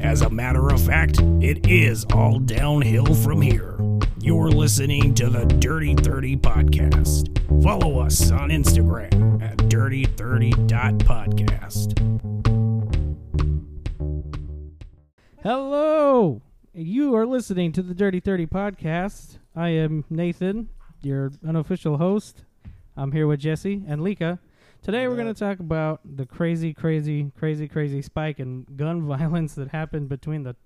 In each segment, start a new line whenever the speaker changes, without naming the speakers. As a matter of fact, it is all downhill from here. You're listening to the Dirty 30 Podcast. Follow us on Instagram at dirty30.podcast.
Hello. You are listening to the Dirty 30 podcast. I am Nathan, your unofficial host. I'm here with Jesse and Lika. Today we're going to talk about the crazy crazy crazy crazy spike in gun violence that happened between the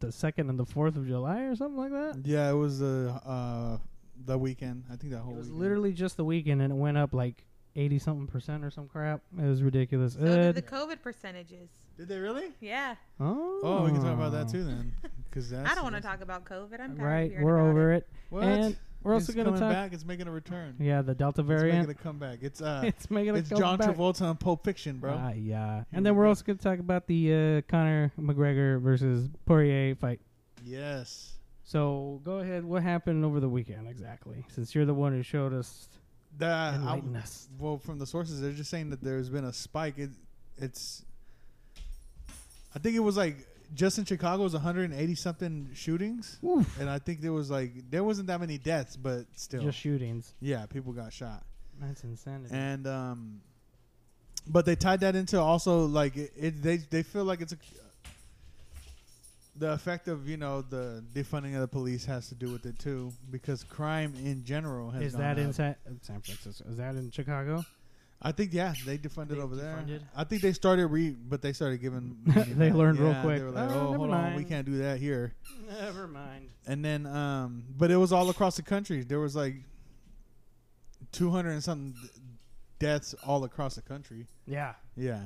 the 2nd and the 4th of July or something like that.
Yeah, it was uh, uh the weekend. I think that whole
It was
weekend.
literally just the weekend and it went up like 80 something percent or some crap. It was ridiculous.
So did
Ed-
the COVID percentages.
Did they really?
Yeah.
oh.
Oh, we can talk about that too then, because that's
I don't want to talk about COVID. I'm tired of
Right,
hearing
we're
about
over it.
What?
And we're also
It's
going to
coming
talk
back. It's making a return.
Yeah, the Delta
It's
variant.
making a comeback. It's uh,
it's making a
it's John
comeback.
Travolta on Pulp Fiction, bro.
Ah, yeah.
Here
And then
we
we're
go.
also going to talk about the uh, Conor McGregor versus Poirier fight.
yes,
So go ahead. What happened over the weekend exactly? Since you're the one who showed us,
the Uh, I,
enlighten us.
well, from the sources, they're just saying that there's been a spike. It, it's, I think it was like just in Chicago was 180 something shootings,
Oof.
and I think there was like there wasn't that many deaths, but still,
Just shootings.
yeah, people got shot.
That's insanity.
and um, but they tied that into also like it, it they they feel like it's a the effect of you know the defunding of the police has to do with it too because crime in general has
is
gone
that
up.
in San, San Francisco? Is that in Chicago?
I think yeah they defunded
They
over there.
defunded?
I think they started re but they started giving money
They
back.
learned real
Yeah,
quick.
They were like,
Oh,
oh,
never
hold on, we
mind."
can't do that here.
Never mind.
and then um but it was all across the country there was like 200 and something d- deaths all across the country
Yeah.
yeah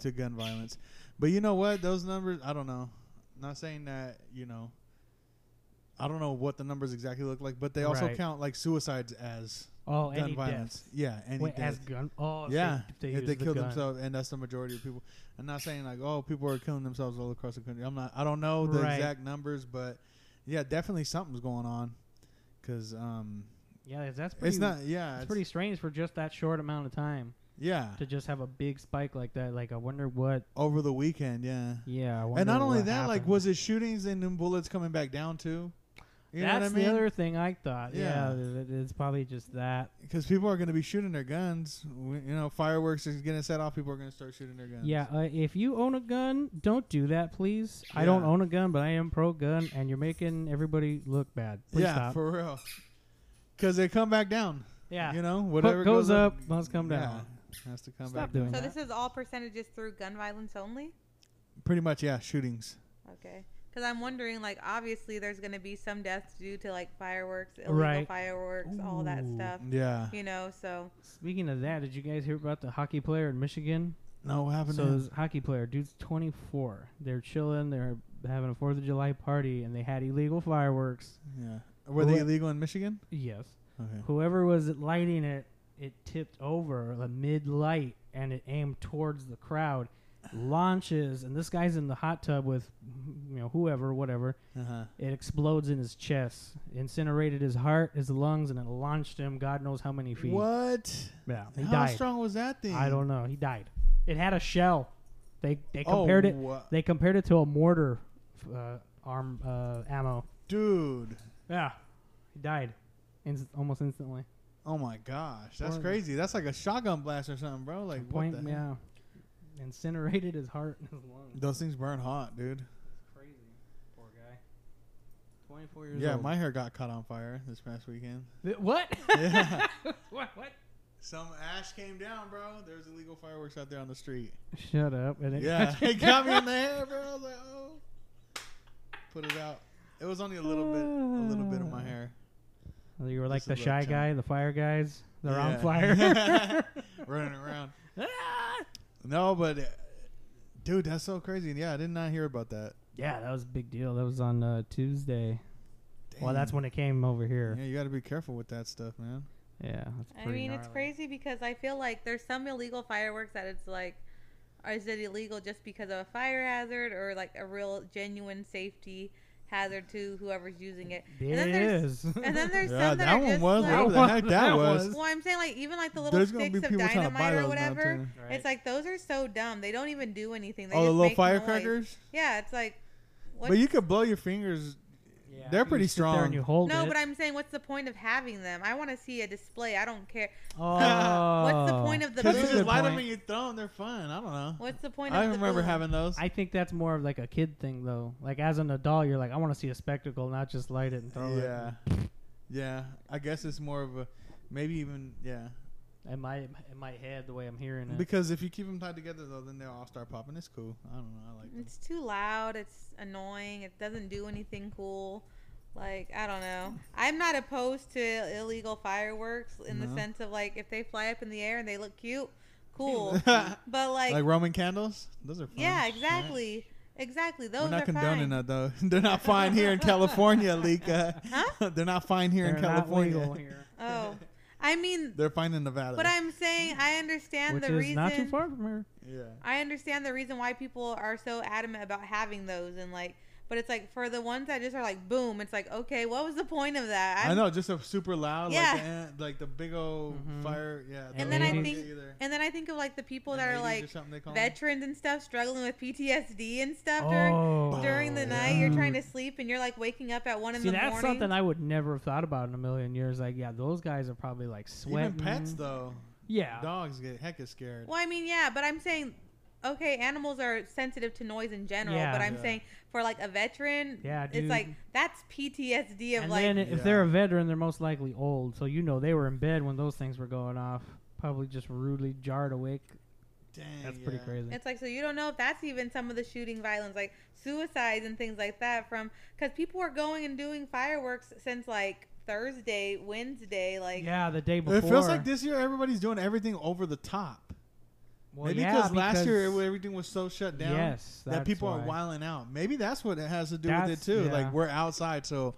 to gun violence but you know what those numbers i don't know not saying that you know i don't know what the numbers exactly look like but they also
Right.
count like suicides as
Oh,
gun
any
violence
death.
yeah any
Wait, as
death.
gun. Oh, so
yeah
if they,
if
use
they
the
kill
gun.
themselves and that's the majority of people i'm not saying like oh people are killing themselves all across the country i'm not i don't know the
Right.
exact numbers but yeah definitely something's going on because um
Yeah, that's pretty.
it's not yeah
It's pretty strange for just that short amount of time
yeah
to just have a big spike like that. Like, I wonder what.
over the weekend yeah
Yeah. I wonder
and not only
what
that like
happened.
was it shootings and then bullets coming back down too you
That's
know what i
the
mean
other thing I thought. Yeah,
Yeah.
th- th- it's probably just that.
because people are going to be shooting their guns We- you know fireworks is getting set off people are going to start shooting their guns
Yeah, uh, if you own a gun, don't do that, please. I don't
Yeah.
own a gun, but I am pro gun, and you're making everybody look bad. Please
yeah
stop.
for real because they come back down
yeah,
You know, whatever
goes
goes,
up must come down.
Yeah, has to come
Stop
back
doing
down.
it. So
that.
this is all percentages through gun violence only?
Pretty much, yeah, shootings.
Okay. Because I'm wondering, like, obviously there's going to be some deaths due to, like, fireworks, illegal
Right.
fireworks, all that
Ooh.
stuff.
Yeah.
You know, so
Speaking of that, did you guys hear about the hockey player in Michigan?
No, what happened?
So
to
this hockey player, dude's 24. They're chilling. They're having a Fourth of July party, and they had illegal fireworks.
yeah. Were they
Who-
illegal in Michigan?
Yes.
Okay.
Whoever was lighting it, it tipped over the mid light and it aimed towards the crowd, launches, and this guy's in the hot tub with, you know, whoever, whatever.
Uh-huh.
It explodes in his chest, incinerated his heart, his lungs, and it launched him. God knows how many feet.
What?
Yeah, he
How
died.
strong was that thing?
I don't know. He died. It had a shell. They they
Oh,
compared it.
wha-
They compared it to a mortar f- uh, arm uh, ammo.
dude.
Yeah, he died, Inst- almost instantly.
Oh my gosh, that's
Or-
crazy. That's like a shotgun blast or something, bro. Like what
point,
the? heck?
yeah. Incinerated his heart and his lungs.
Those things burn hot, dude.
Crazy, poor guy. Twenty-four years
yeah,
old.
my hair got caught on fire this past weekend.
Th- what?
Yeah.
what? What?
Some ash came down, bro. There was illegal fireworks out there on the street.
Shut up! And it
Yeah, it got me in the head, bro. I was like, oh. Put it out. It was only a little bit, a little bit of my hair.
Well, you were like
Just
the
a little
shy
chunk.
guy, the fire guys. They're on
Yeah.
fire.
running around.
Ah!
No, but uh, dude, that's so crazy. Yeah, I did not hear about that.
yeah, that was a big deal. That was on uh, Tuesday. Well,
Dang.
that's when it came over here.
Yeah, you got to be careful with that stuff, man.
Yeah, that's
I
pretty
mean, it's
gnarly.
crazy because I feel like there's some illegal fireworks that it's like, or is it illegal just because of a fire hazard or like a real genuine safety hazard to whoever's using it? And then
It is.
there's, and then there's
yeah,
some that,
that
are
one
just
was
like,
whatever the
That
heck
one-
that,
that
was.
was-
Well, I'm saying like even like the little
There's gonna
sticks
be
of
people trying to buy
dynamite
those
or
now,
whatever.
too.
Right.
It's like those are so dumb. They don't even do anything. They
Oh,
just
the little
make noise.
firecrackers.
Yeah, it's like What?
But you could blow your fingers.
Yeah.
They're
You
pretty
sit there and
strong.
you hold
no,
it.
but I'm saying, what's the point of having them? I want to see a display. I don't care.
oh.
What's the point of the?
Uh, Because
That's
you
a
just
good
balloon?
light them
point.
and you throw them. They're fun. I don't know.
What's the point?
I
of the
remember
balloon?
having those.
I think that's more of like a kid thing though. Like as an adult, you're like, I want to see a spectacle, not just light it and throw
Oh, yeah,
it.
yeah. I guess it's more of a maybe even yeah.
In my in my head, the way I'm hearing it.
Because if you keep them tied together though, then they'll all start popping. It's cool. I don't know. I like. Them.
It's too loud. It's annoying. It doesn't do anything cool. Like I don't know. I'm not opposed to illegal fireworks in
No.
the sense of like if they fly up in the air and they look cute, cool. but like,
like, Roman candles. Those are fun.
yeah,
Shit.
exactly, exactly. Those
We're not
are fine.
condoning that though. They're not fine here in California, Lika.
Huh?
They're not fine here
They're
in
not
California.
legal here,
Oh, I mean,
They're fine in Nevada.
but I'm saying I understand
which
the
is
reason.
not too far from here.
yeah.
I understand the reason why people are so adamant about having those and like, but it's like for the ones that just are like boom, it's like okay, what was the point of that?
i
I'm-
know, just a super loud,
Yeah.
like the, ant- like the big old
Mhm.
fire. Yeah.
And
those
then I
don't
think-
get either.
And then I think of like the people that
The
are
ladies or
like
something they call 'em.
veterans and stuff struggling with PTSD and stuff during
Oh,
during the
Oh,
night. You're trying to
dude.
sleep and you're like waking up at one in
See,
the
that's
morning.
something I would never have thought about in a million years. Like, yeah, those guys are probably like sweating.
Even pets though,
Yeah.
dogs get heck is scared.
well, I mean, yeah, but I'm saying, okay, animals are sensitive to noise in general,
Yeah.
but I'm
Yeah.
saying for like a veteran,
Yeah, dude.
it's like that's PTSD of
and
like
then if they're
Yeah.
a veteran, they're most likely old, so you know they were in bed when those things were going off. Probably just rudely jarred awake.
Dang,
That's pretty
yeah.
crazy.
It's like so you don't know if that's even some of the shooting violence, like suicides and things like that, from because people were going and doing fireworks since like Thursday, Wednesday, like
yeah, the day before.
It feels like this year everybody's doing everything over the top.
Well,
Maybe
yeah,
because last year
because-
it- everything was so shut down
Yes,
that
that's
people
why.
are wilding out. Maybe that's what it has to do with
That's-
it too.
yeah.
Like we're outside, so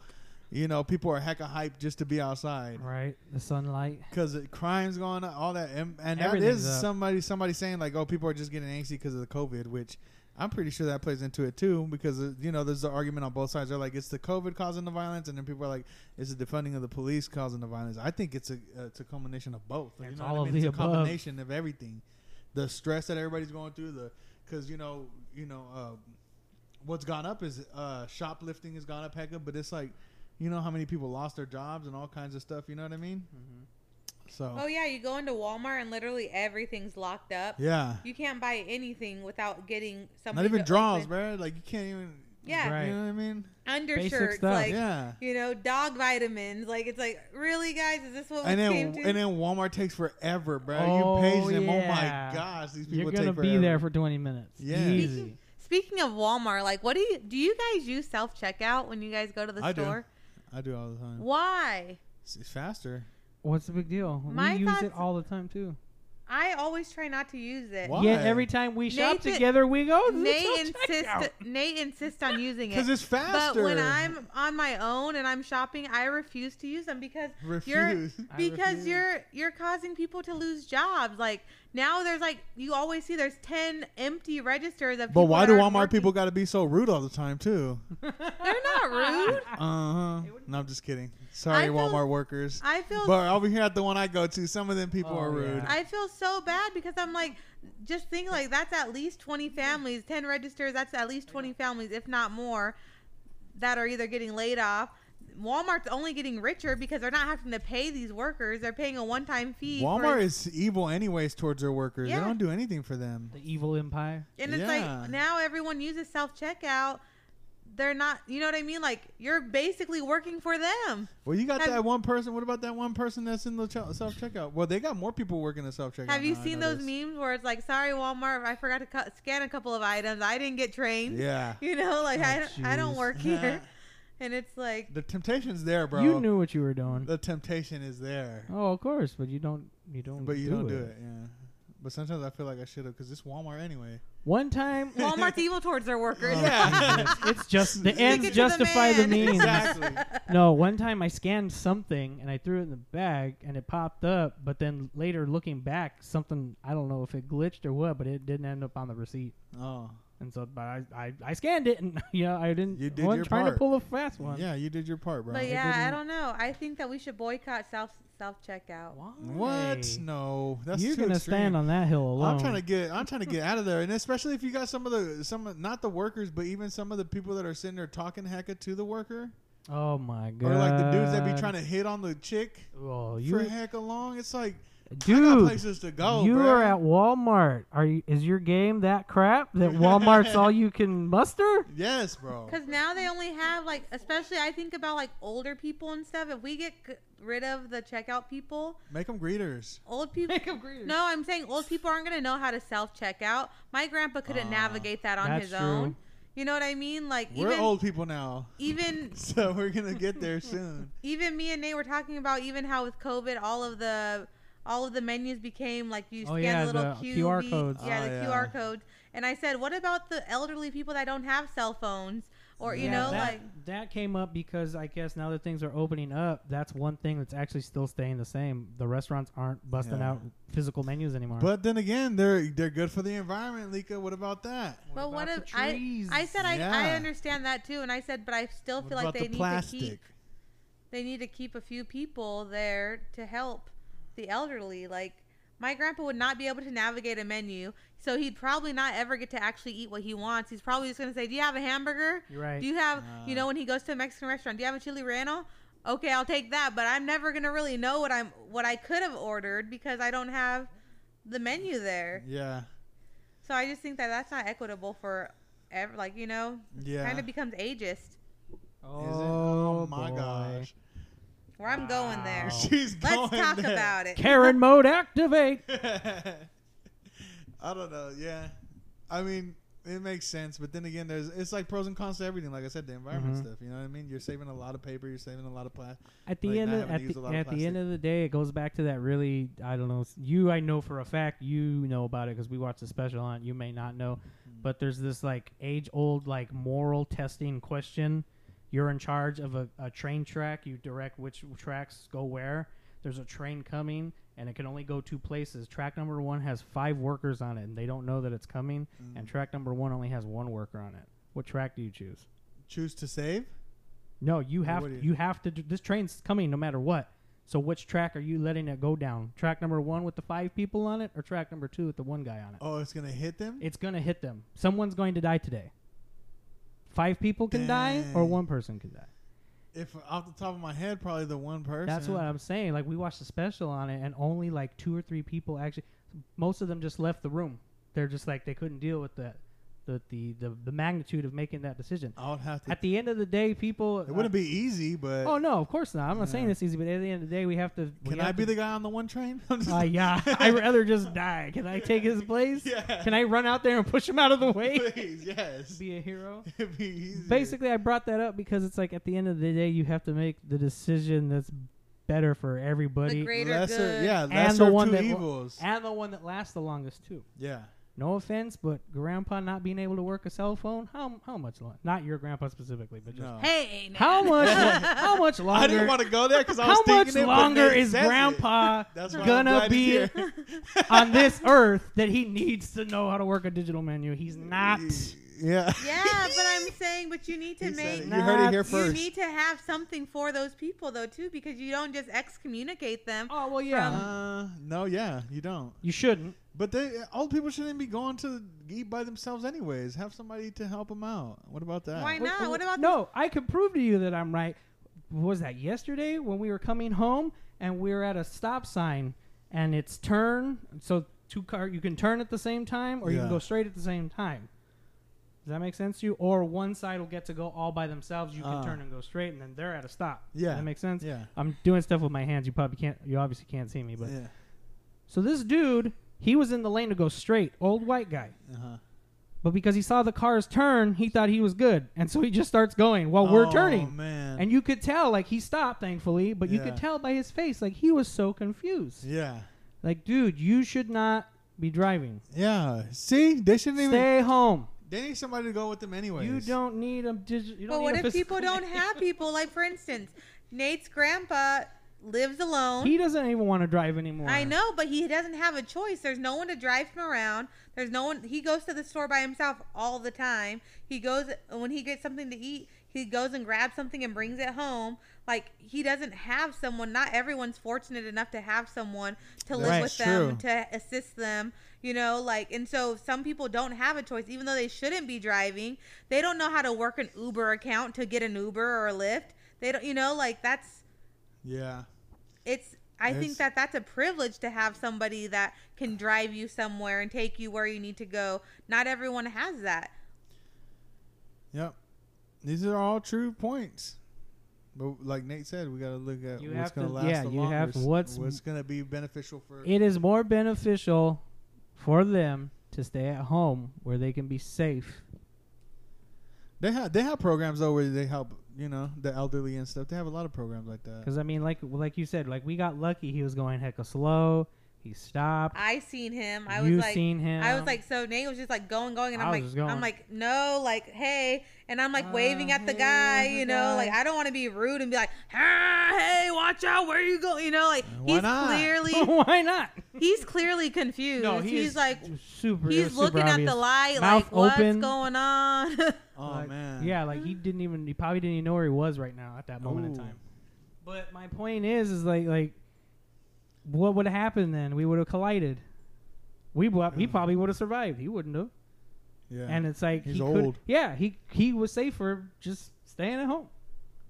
you know people are hecka hyped just to be outside
Right, the sunlight.
because crime's going on, all that, and, and that
Everything's
is
up.
somebody somebody saying like, oh, people are just getting angsty because of the COVID, which. I'm pretty sure that plays into it too, because uh, you know there's the argument on both sides. They're like, it's the COVID causing the violence, and then people are like, it's the defunding of the police causing the violence. I think it's a uh, it's a combination of both. You
It's
know what
all
I
of
mean? it's
the
a
above.
combination of everything. The stress that everybody's going through, the because you know you know uh, what's gone up is uh, shoplifting has gone up hecka, but it's like you know how many people lost their jobs and all kinds of stuff. You know what I mean? So
oh yeah, you go into Walmart and literally everything's locked up.
yeah,
You can't buy anything without getting something.
not even draws, bro. Like you can't even.
Yeah,
Right.
You know what I mean?
undershirts,
stuff.
like
yeah.
you know, dog vitamins. Like it's like really, guys, is this what we
And then
came to?
and then Walmart takes forever, bro.
Oh,
you page them. Oh
yeah.
my gosh, these people
You're
take
gonna
forever.
be there for 20 minutes.
Yeah.
Easy.
Speaking of Walmart, like, what do you do? You guys use self checkout when you guys go to the
I do.
store?
I do all the time.
Why?
It's, it's faster.
What's the big deal?
My
we use it
thoughts-
all the time too.
I always try not to use it.
Why?
Yet every time we shop
Nathan-
together, we go. to the
Nate
self-checkout.
insists. Nate insists on using
Because
it.
it's faster.
But when I'm on my own and I'm shopping, I refuse to use them because you're
refuse.
I
because
refuse.
you're you're causing people to lose jobs. Like now, there's like you always see there's ten empty registers of.
But
people
why
that
do Walmart
aren't working.
people got to be so rude all the time too?
They're not rude.
Uh huh. No, I'm just kidding. Sorry,
I feel-
Walmart workers.
I feel
But over here at the one I go to, some of them people
Oh,
are rude.
yeah.
I feel so bad because I'm like, just think like that's at least 20 families, 10 registers, that's at least 20 families, if not more, that are either getting laid off. Walmart's only getting richer because they're not having to pay these workers. They're paying a one time fee. for-
Walmart is evil anyways towards their workers.
Yeah.
They don't do anything for them.
the evil empire.
And it's
Yeah.
like now everyone uses self checkout. They're not, you know what I mean? Like you're basically working for them.
Well, you got
Have-
that one person. What about that one person that's in the self checkout? Well, they got more people working the self checkout.
Have you seen those memes where it's like, sorry, Walmart, I forgot to cut, scan a couple of items. I didn't get trained.
Yeah.
You know, like
Oh,
I, don't, I don't
jeez.
work here. And it's like,
The temptation's there, bro.
You knew what you were doing.
the temptation is there,
Oh, of course, but you don't. You don't.
but you
do
not
it.
do it. Yeah. But sometimes I feel like I should have because it's Walmart anyway.
One time,
Walmart's evil towards their workers.
Oh,
Yeah.
Jesus. it's just the
Stick
ends
it to the
justify the,
man.
means.
exactly.
No, one time I scanned something and I threw it in the bag and it popped up, but then later looking back, something I don't know if it glitched or what, but it didn't end up on the receipt.
Oh.
And so, but I, I, I scanned it, and you know, I didn't.
You did
wasn't
your
trying
part.
to pull a fast one.
Yeah, you did your part, bro.
But yeah, I
didn't-
don't know. I think that we should boycott self self checkout.
Why?
What? No, that's
You're
too
gonna
extreme.
stand on that hill alone.
I'm trying to get. I'm trying to get out of there, and especially if you got some of the some not the workers, but even some of the people that are sitting there talking hecka to the worker,
Oh my god.
or like the dudes that be trying to hit on the chick
Oh,
for
you,
heck along. It's like I got
dude.
places to go.
you
bro.
are at Walmart. Are you? Is your game that crap that Walmart's all you can muster?
Yes, bro.
Because now they only have like, especially I think about like older people and stuff. If we get g- rid of the checkout people,
Make them greeters.
old people. No, I'm saying old people aren't gonna know how to self checkout. My grandpa couldn't
Ah,
navigate that on
that's
his
true.
own. You know what I mean? Like
We're
even
old people now,
even
so we're gonna get there soon.
even me and Nate were talking about even how with COVID all of the all of the menus became like you
Oh,
scan
yeah,
the little
the
Q
QR
V-
codes.
Yeah,
Oh,
the
yeah.
QR codes. And I said, what about the elderly people that don't have cell phones? Or you
Yeah,
know,
that,
like
that came up because I guess now that things are opening up, that's one thing that's actually still staying the same. The restaurants aren't busting
Yeah.
out physical menus anymore.
But then again, they're they're good for the environment, Lika. What about that?
But what
about
if
the
I
trees?
I said I, I
Yeah.
understand that too, and I said, but I still
What
feel
about
like
the
they need
plastic?
to keep they need to keep a few people there to help the elderly. Like my grandpa would not be able to navigate a menu, so he'd probably not ever get to actually eat what he wants. He's probably just gonna say, "Do you have a hamburger?
You're right.
Do you have you
Ah.
know when he goes to a Mexican restaurant? Do you have a chili relleno?" Okay, I'll take that, but I'm never gonna really know what I'm what I could have ordered because I don't have the menu there.
Yeah,
So I just think that that's not equitable for ever. Like you know,
yeah.
kind of becomes ageist.
oh,
Is it? Oh, my
boy.
gosh.
Where I'm going there.
Wow.
She's
Let's
going
talk
there.
about it.
Karen mode activate.
I don't know. Yeah, I mean, it makes sense, but then again, there's it's like pros and cons to everything. Like I said, the environment
Mhm.
stuff. You know what I mean? You're saving a lot of paper. You're saving a lot of plastic.
At the
Like,
end,
not
of,
having to
at,
use a lot
the,
of
at the end
plastic.
of the day, it goes back to that really. I don't know. You, I know for a fact, you know about it because we watched the special on. it. You may not know,
Hmm.
but there's this like age old like moral testing question. You're in charge of a, a train track. You direct which tracks go where. There's a train coming, and it can only go two places. Track number one has five workers on it, and they don't know that it's coming.
Hmm.
And track number one only has one worker on it. What track do you choose?
Choose to save.
No, you have
what do
you,
you-
have to. d- This train's coming no matter what. So which track are you letting it go down? Track number one with the five people on it, or track number two with the one guy on it?
Oh, it's gonna hit them.
It's gonna hit them. Someone's going to die today. Five people can die, or
Dang.
one person can die.
If off the top of my head, probably the one person.
That's what I'm saying. Like we watched a special on it, and only like two or three people actually. Most of them just left the room. They're just like they couldn't deal with that, the the the, the magnitude of making that decision.
I would have to.
At the end of the day, people.
Oh.
uh,
it wouldn't be easy, but
Oh no, of course not. I'm not saying
Yeah.
it's easy, but at the end of the day, we have to. we
can I
have
be
to-
the guy on the one train? I'm just-
Uh, yeah, I'd rather just die. Can I take his place?
Yeah.
Can I run out there and push him out of the way?
Please, yes.
be a hero.
It'd be easier.
Basically, I brought that up because it's like at the end of the day, you have to make the decision that's better for
The
everybody,
greater
lesser,
good.
yeah,
the
lesser of
one
two
that wa-
evils.
and the one that lasts the longest too.
yeah.
No offense, but grandpa not being able to work a cell phone, how how much longer? Not your grandpa specifically, but just
No.
Hey, now.
how much how much longer?
I didn't want to go there because I was
how
thinking
much
it, but
longer
then it
is
says it.
grandpa
That's why I'm
gonna
glad
be
he's here.
on this earth that he needs to know how to work a digital menu. He's not.
Yeah.
yeah, but I'm saying, but you need to
He said
make.
it. you heard it here
nuts.
You
first.
need to have something for those people though too, because you don't just excommunicate them.
Oh well, yeah.
uh, no, yeah, you don't.
you shouldn't.
But they, old people shouldn't be going to eat by themselves, anyways. Have somebody to help them out. What about that?
Why
Wait,
not?
wait,
What about
no? I can prove to you that I'm right. Was that yesterday when we were coming home and we were at a stop sign and it's turn so two car you can turn at the same time or you can
Yeah.
go straight at the same time. Does that make sense to you? Or one side will get to go all by themselves. You can
Uh.
turn and go straight, and then they're at a stop.
Yeah.
Does that make sense.
Yeah.
I'm doing stuff with my hands. You probably can't. You obviously can't see me, but
Yeah.
so this dude, he was in the lane to go straight. Old white guy.
Uh-huh.
But because he saw the cars turn, he thought he was good. And so he just starts going while we're
Oh,
turning.
man.
And you could tell, like, he stopped, thankfully, but you
Yeah.
could tell by his face, like, he was so confused.
yeah.
Like, dude, you should not be driving.
Yeah. See, they shouldn't even.
Stay home.
They need somebody to go with them, anyways.
You don't need a digital.
But what if people don't have people? Like for instance, Nate's grandpa lives alone.
He doesn't even want to drive anymore.
I know, but he doesn't have a choice. There's no one to drive him around. There's no one. He goes to the store by himself all the time. He goes when he gets something to eat. He goes and grabs something and brings it home. Like he doesn't have someone. Not everyone's fortunate enough to have someone to live
That's
with them
true.
to assist them. You know, like and so some people don't have a choice, even though they shouldn't be driving. They don't know how to work an Uber account to get an Uber or a Lyft. They don't. You know, like that's
Yeah.
it's i
It's-
think that that's a privilege to have somebody that can drive you somewhere and take you where you need to go not everyone has that
Yep. These are all true points. But like Nate said, we got to look at
You
what's
have to-
going to last
yeah,
the
you have
longest,
what's-
going to be beneficial for
It is more beneficial for them to stay at home where they can be safe.
They have they have programs though where they help you know the elderly and stuff. They have a lot of programs like that.
Because I mean, like like you said, like we got lucky. He was going hecka slow. He stopped.
i seen him i was
you
like
seen him.
i was like so nate was just like going going and i'm
I was
like
just going.
i'm like no like hey and i'm like
Uh,
waving at the
hey,
guy
there's the
you know
guy.
like i don't want to be rude and be like ah, hey watch out where you go you know like
Why
he's
not?
clearly
why not?
he's clearly confused
he
he's
is
like
super.
he's
super
looking at
obvious.
the light
Mouth
like what's
open.
going on
oh
Like,
man,
Yeah, like he didn't even he probably didn't even know where he was right now at that moment in
Ooh.
time. But my point is is like like what would have happened then? We would have collided. We wa- he
Yeah.
probably would have survived. He wouldn't have.
yeah.
And it's like
He's
he
old.
could Yeah, he he was safer just staying at home.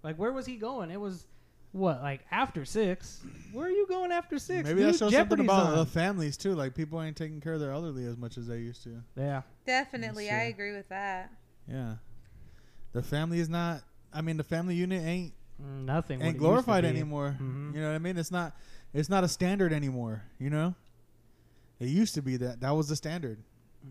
Like where was he going? It was what, like after six? Where are you going after six?
maybe that
dude?
shows
Jeopardy's
something about
on.
the families too. Like people ain't taking care of their elderly as much as they used to.
Yeah.
definitely i
sure.
agree with that
Yeah, the family is not. I mean, the family unit ain't
Mm, Nothing. what it used
ain't
to
glorified
be.
anymore.
Mhm.
You know what I mean? It's not it's not a standard anymore. You know, it used to be that that was the standard.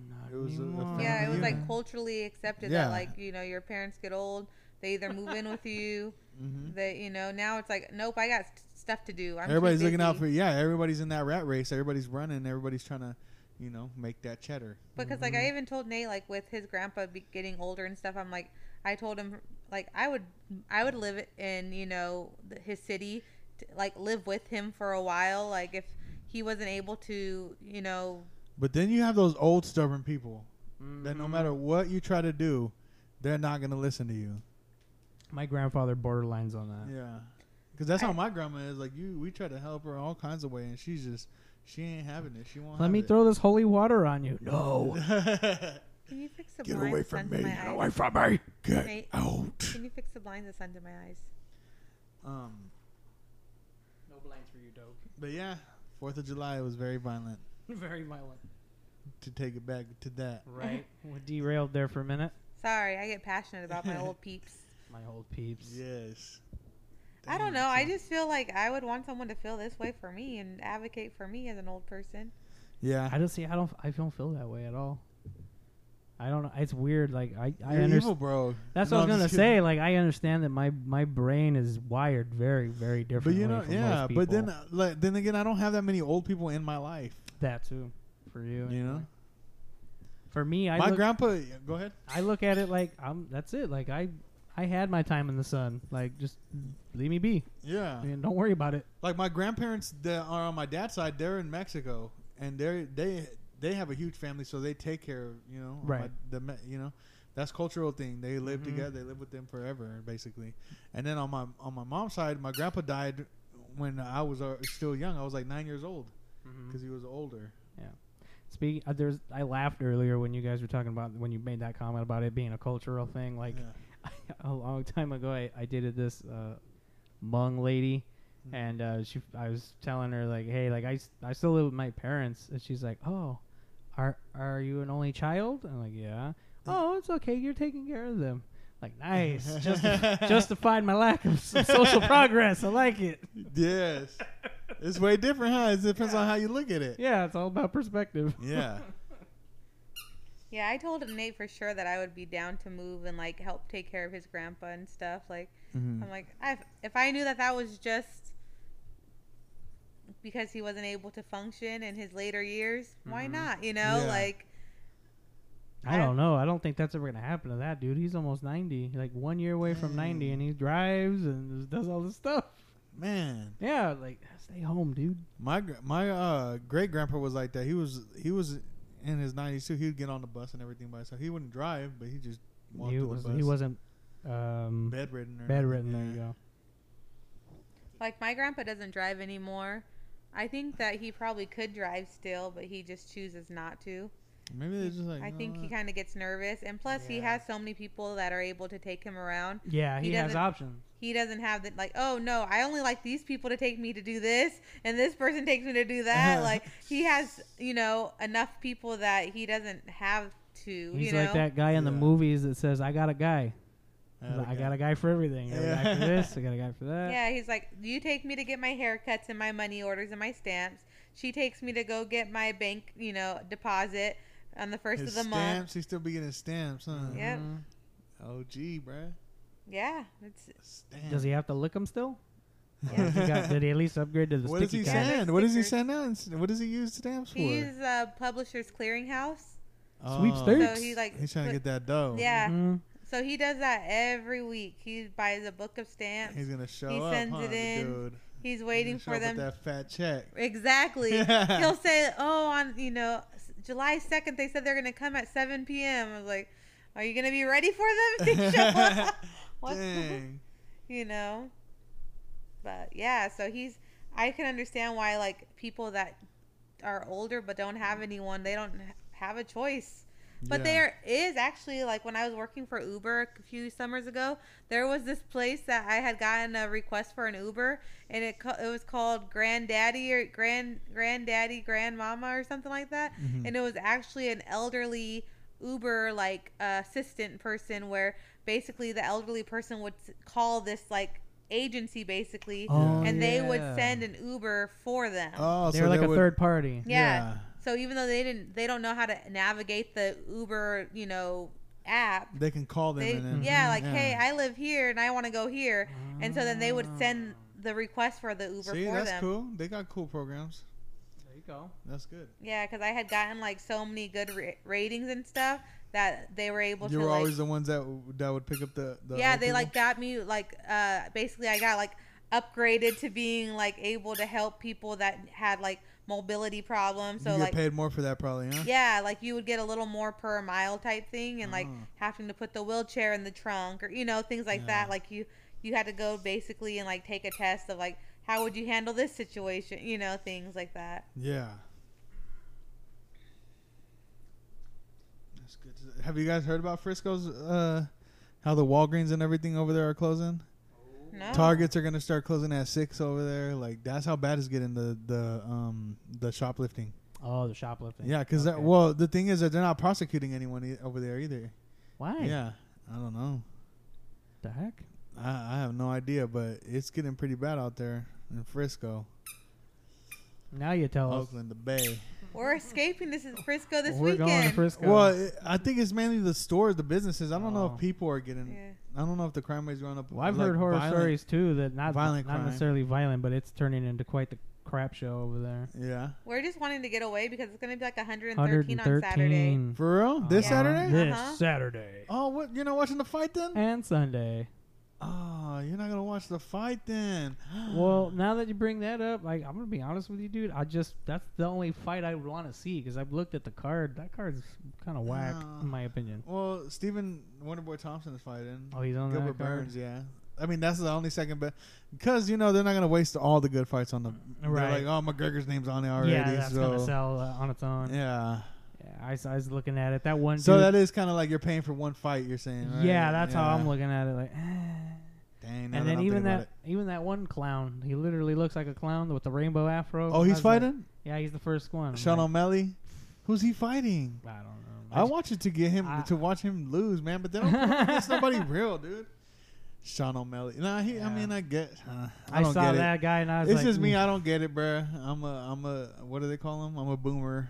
Not
It was a- a
anymore.
Yeah, it
Family
was like
unit.
culturally accepted
Yeah.
that like you know your parents get old, they either move in with you.
Mm-hmm.
Mm-hmm.
Mhm.
That you know now it's like nope, I got st- stuff to do. I'm too
everybody's looking out
busy."
for yeah. Everybody's in that rat race. Everybody's running. Everybody's trying to you know make that cheddar.
because like
Mm-hmm.
I even told Nate like with his grandpa be getting older and stuff. I'm like I told him like I would I would live in you know th- his city, t like live with him for a while. Like if he wasn't able to you know
But then you have those old stubborn people that
Mm-hmm.
no matter what you try to do, they're not gonna listen to you.
My grandfather borderlines on that.
Yeah, because that's
I-
how my grandma is. Like you, we try to help her all kinds of way, and she's just she ain't having it. She won't.
Let
have
me
it.
throw this holy water on you. No.
can you fix the
Get
blinds
away
that's
from
under
me.
my
Get
eyes?
away from me. Get
Nate.
out.
Can you fix the blinds that's under my eyes?
um,
No blinds for you, dog.
but yeah, Fourth of July was very violent.
Very violent.
To take it back to that.
Right. we derailed there for a minute.
Sorry, I get passionate about my old peeps.
My old peeps.
Yes.
I don't
Damn,
know. I
son.
just feel like I would want someone to feel this way for me and advocate for me as an old person.
yeah.
I don't see. I don't. I don't feel that way at all. I don't. know. It's weird. Like I. I
You're evil,
understand.
bro.
That's
No,
what I was
I'm
gonna
just
say. Like I understand that my my brain is wired very very
kidding. But
differently.
you know,
from
yeah.
most
But then,
people.
uh, like, then again, I don't have that many old people in my life.
that too. For you,
You know,
For me, I
my
look,
grandpa. yeah, Go ahead.
I look at it like I'm. That's it. Like I. I had my time in the sun. Like just leave me be
Yeah.
and don't worry about it.
like my grandparents that are on my dad's side they're in mexico and they they they have a huge family so they take care of you know my-
Right.
the me- you know that's cultural thing they live
Mhm.
together they live with them forever basically and then on my on my mom's side my grandpa died when i was uh, still young i was like nine years old
Mm-hmm.
because he was older
Speaking, uh, there's I laughed earlier when you guys were talking about when you made that comment about it being a cultural thing. Like
Yeah.
a long time ago, I, I dated this uh, Hmong lady,
Mm.
and uh, she I was telling her like, hey, like I, s- I still live with my parents, and she's like, oh, are are you an only child? I'm like, yeah. Oh, it's okay. You're taking care of them. Like nice, Just, justified my lack of some social progress. I like it.
yes it's way different huh it depends on how you look at it
Yeah, it's all about perspective.
yeah
Yeah, I told Nate for sure that I would be down to move and like help take care of his grandpa and stuff. Like
Mm-hmm.
Mhm.
I'm like, I if I knew that that was just because he wasn't able to function in his later years, why
Mhm.
not? You know,
Mm-hmm. Yeah.
like
I don't know. I don't think that's ever gonna happen to that dude. He's almost ninety, like one year away from ninety, and he drives and just does all this stuff.
man,
Yeah, like stay home, dude.
my gr- my uh, great grandpa was like that. He was he was in his nineties too. He'd get on the bus and everything by himself. He wouldn't drive, but he just walked
He
to
was
the bus.
he wasn't um
bedridden. Or
bedridden. There
anything,
you
yeah.
go.
Like my grandpa doesn't drive anymore. I think that he probably could drive still, but he just chooses not to.
Maybe they just like.
I
you know
think he
what?
kind of gets nervous, and plus he
Yeah.
has so many people that are able to take him around.
Yeah,
He
he, has
doesn't-
options.
He doesn't have that like, oh no, I only like these people to take me to do this, and this person takes me to do that. like he has, you know, enough people that he doesn't have to.
He's
you know?
like that guy in the
Yeah.
movies that says, "I got a guy.
I uh, had
I
guy.
got a guy for everything. I got a guy for
Yeah.
this. I got a guy for that."
Yeah, he's like, you take me to get my haircuts and my money orders and my stamps. She takes me to go get my bank, you know, deposit on the first
His
of the
stamps.
month.
He still be getting stamps, huh?
Yep.
Mhm.
Oh, gee, bruh.
Yeah, it's
Stamps.
Does he have to lick them still? Or
Yeah.
if he got- did he at least upgrade to the
what does
sticky
he
kind?
send? What does he
Stickers.
send out? And s- What does he use stamps for?
he uses a publisher's clearinghouse.
Oh,
Sweepstakes.
So he, like,
He's trying to get
put-
that dough.
Yeah,
Mhm.
so he does that every week. He buys a book of stamps.
He's gonna show
He
up,
sends
huh,
it in.
dude?
He's
He's
waiting
gonna show
for
up with
them.
that fat check.
Exactly. He'll say, "Oh, on you know, s- July second, they said they're gonna come at seven p.m." I was like, "Are you gonna be ready for them if they show up?" What's the
Dang.
you know but yeah so he's i can understand why like people that are older but don't have anyone they don't h- have a choice but
Yeah.
there is actually like when i was working for uber a few summers ago there was this place that i had gotten a request for an uber and it co- it was called granddaddy or grand granddaddy grandmama or something like that
Mm-hmm.
Mhm.
and it was actually an elderly uber like assistant person where basically the elderly person would s- call this like agency basically
Oh,
and they would
yeah.
send an uber for them
Oh,
They're
so
like
they
a
would-
third party.
yeah.
yeah.
so even though they didn't they don't know how to navigate the uber you know app
They can call them.
they
and then,
yeah
Mm-hmm.
like hey i live here and i want to go here and so then they would
Ah.
send the request for the uber
Ah. See,
for
that's
them
cool. They got cool programs.
There you go.
That's good.
yeah because i had gotten like so many good ra- ratings and stuff that they were able
you
to
were
like,
always the ones that w- that would pick up the. the
yeah
old
they
people?
like got me like uh basically i got like upgraded to being like able to help people that had like mobility problems so
you
like
get paid more for that, probably, huh?
yeah like you would get a little more per mile type thing and like
Oh.
having to put the wheelchair in the trunk or you know things like
Yeah.
that like you you had to go basically and like take a test of like how would you handle this situation you know things like that
Yeah. That's good. to- Have you guys heard about Frisco's? Uh, how the Walgreens and everything over there are closing.
no
Targets are gonna start closing at six over there. Like that's how bad it's getting the the um the shoplifting.
Oh, the shoplifting.
Yeah, because
Okay.
well the thing is that they're not prosecuting anyone e- over there either.
Why?
Yeah, I don't know.
The heck?
I, I have no idea, but it's getting pretty bad out there in Frisco,
Now you tell us.
Oakland, the Bay.
we're escaping this is frisco this
We're
weekend
going to Frisco.
Well, it, I think it's mainly the stores, the businesses. I don't know
Oh.
if people are getting.
Yeah.
I don't know if the crime rate's going up.
Well, I've
like,
heard horror
violent.
stories too that not
violent
not
crime.
necessarily violent, but it's turning into quite the crap show over there.
Yeah,
we're just wanting to get away because it's going to be like 113 on saturday
113
for real. This
Yeah.
Saturday.
This
Uh-huh.
Saturday
Oh, what? You're not watching the fight then?
and Sunday.
Oh, you're not gonna watch the fight then.
Well, now that you bring that up, like I'm gonna be honest with you, dude. I just that's the only fight I want to see because I've looked at the card. That card's kind of whack,
Oh.
No.
in my opinion.
Well, Stephen Wonderboy Thompson is fighting.
Oh, he's on
Gilbert
that card.
Burns, yeah. I mean, that's the only second best because you know they're not gonna waste all the good fights on the.
Right.
They're like, oh, McGregor's name's on it already.
yeah, that's gonna
so-
sell uh, on its own. Yeah,
Yeah.
I, s- I was looking at it. That one.
So
dude-
that is kind of like you're paying for one fight. You're saying. Right?
yeah, that's how I'm
Yeah.
looking at it. Like, eh.
Dang. now
and
that
then even
I'm thinking about
that
it.
even that one clown, he literally looks like a clown with the rainbow afro.
Oh,
I
he's
was like-
fighting
yeah, he's the first one. I'm
Sean
like,
O'Malley. Who's he fighting?
I don't know.
I wanted to get him
I-
to watch him lose, man. But they don't. put him against nobody real, dude. Sean O'Malley. Nah, he.
Yeah.
I mean, I get. Uh, I
I,
don't
saw
get
that guy and I
it.
was
It's
like,
just me.
"Mm."
I don't get it, bruh. I'm a. I'm a. What do they call him? I'm a boomer.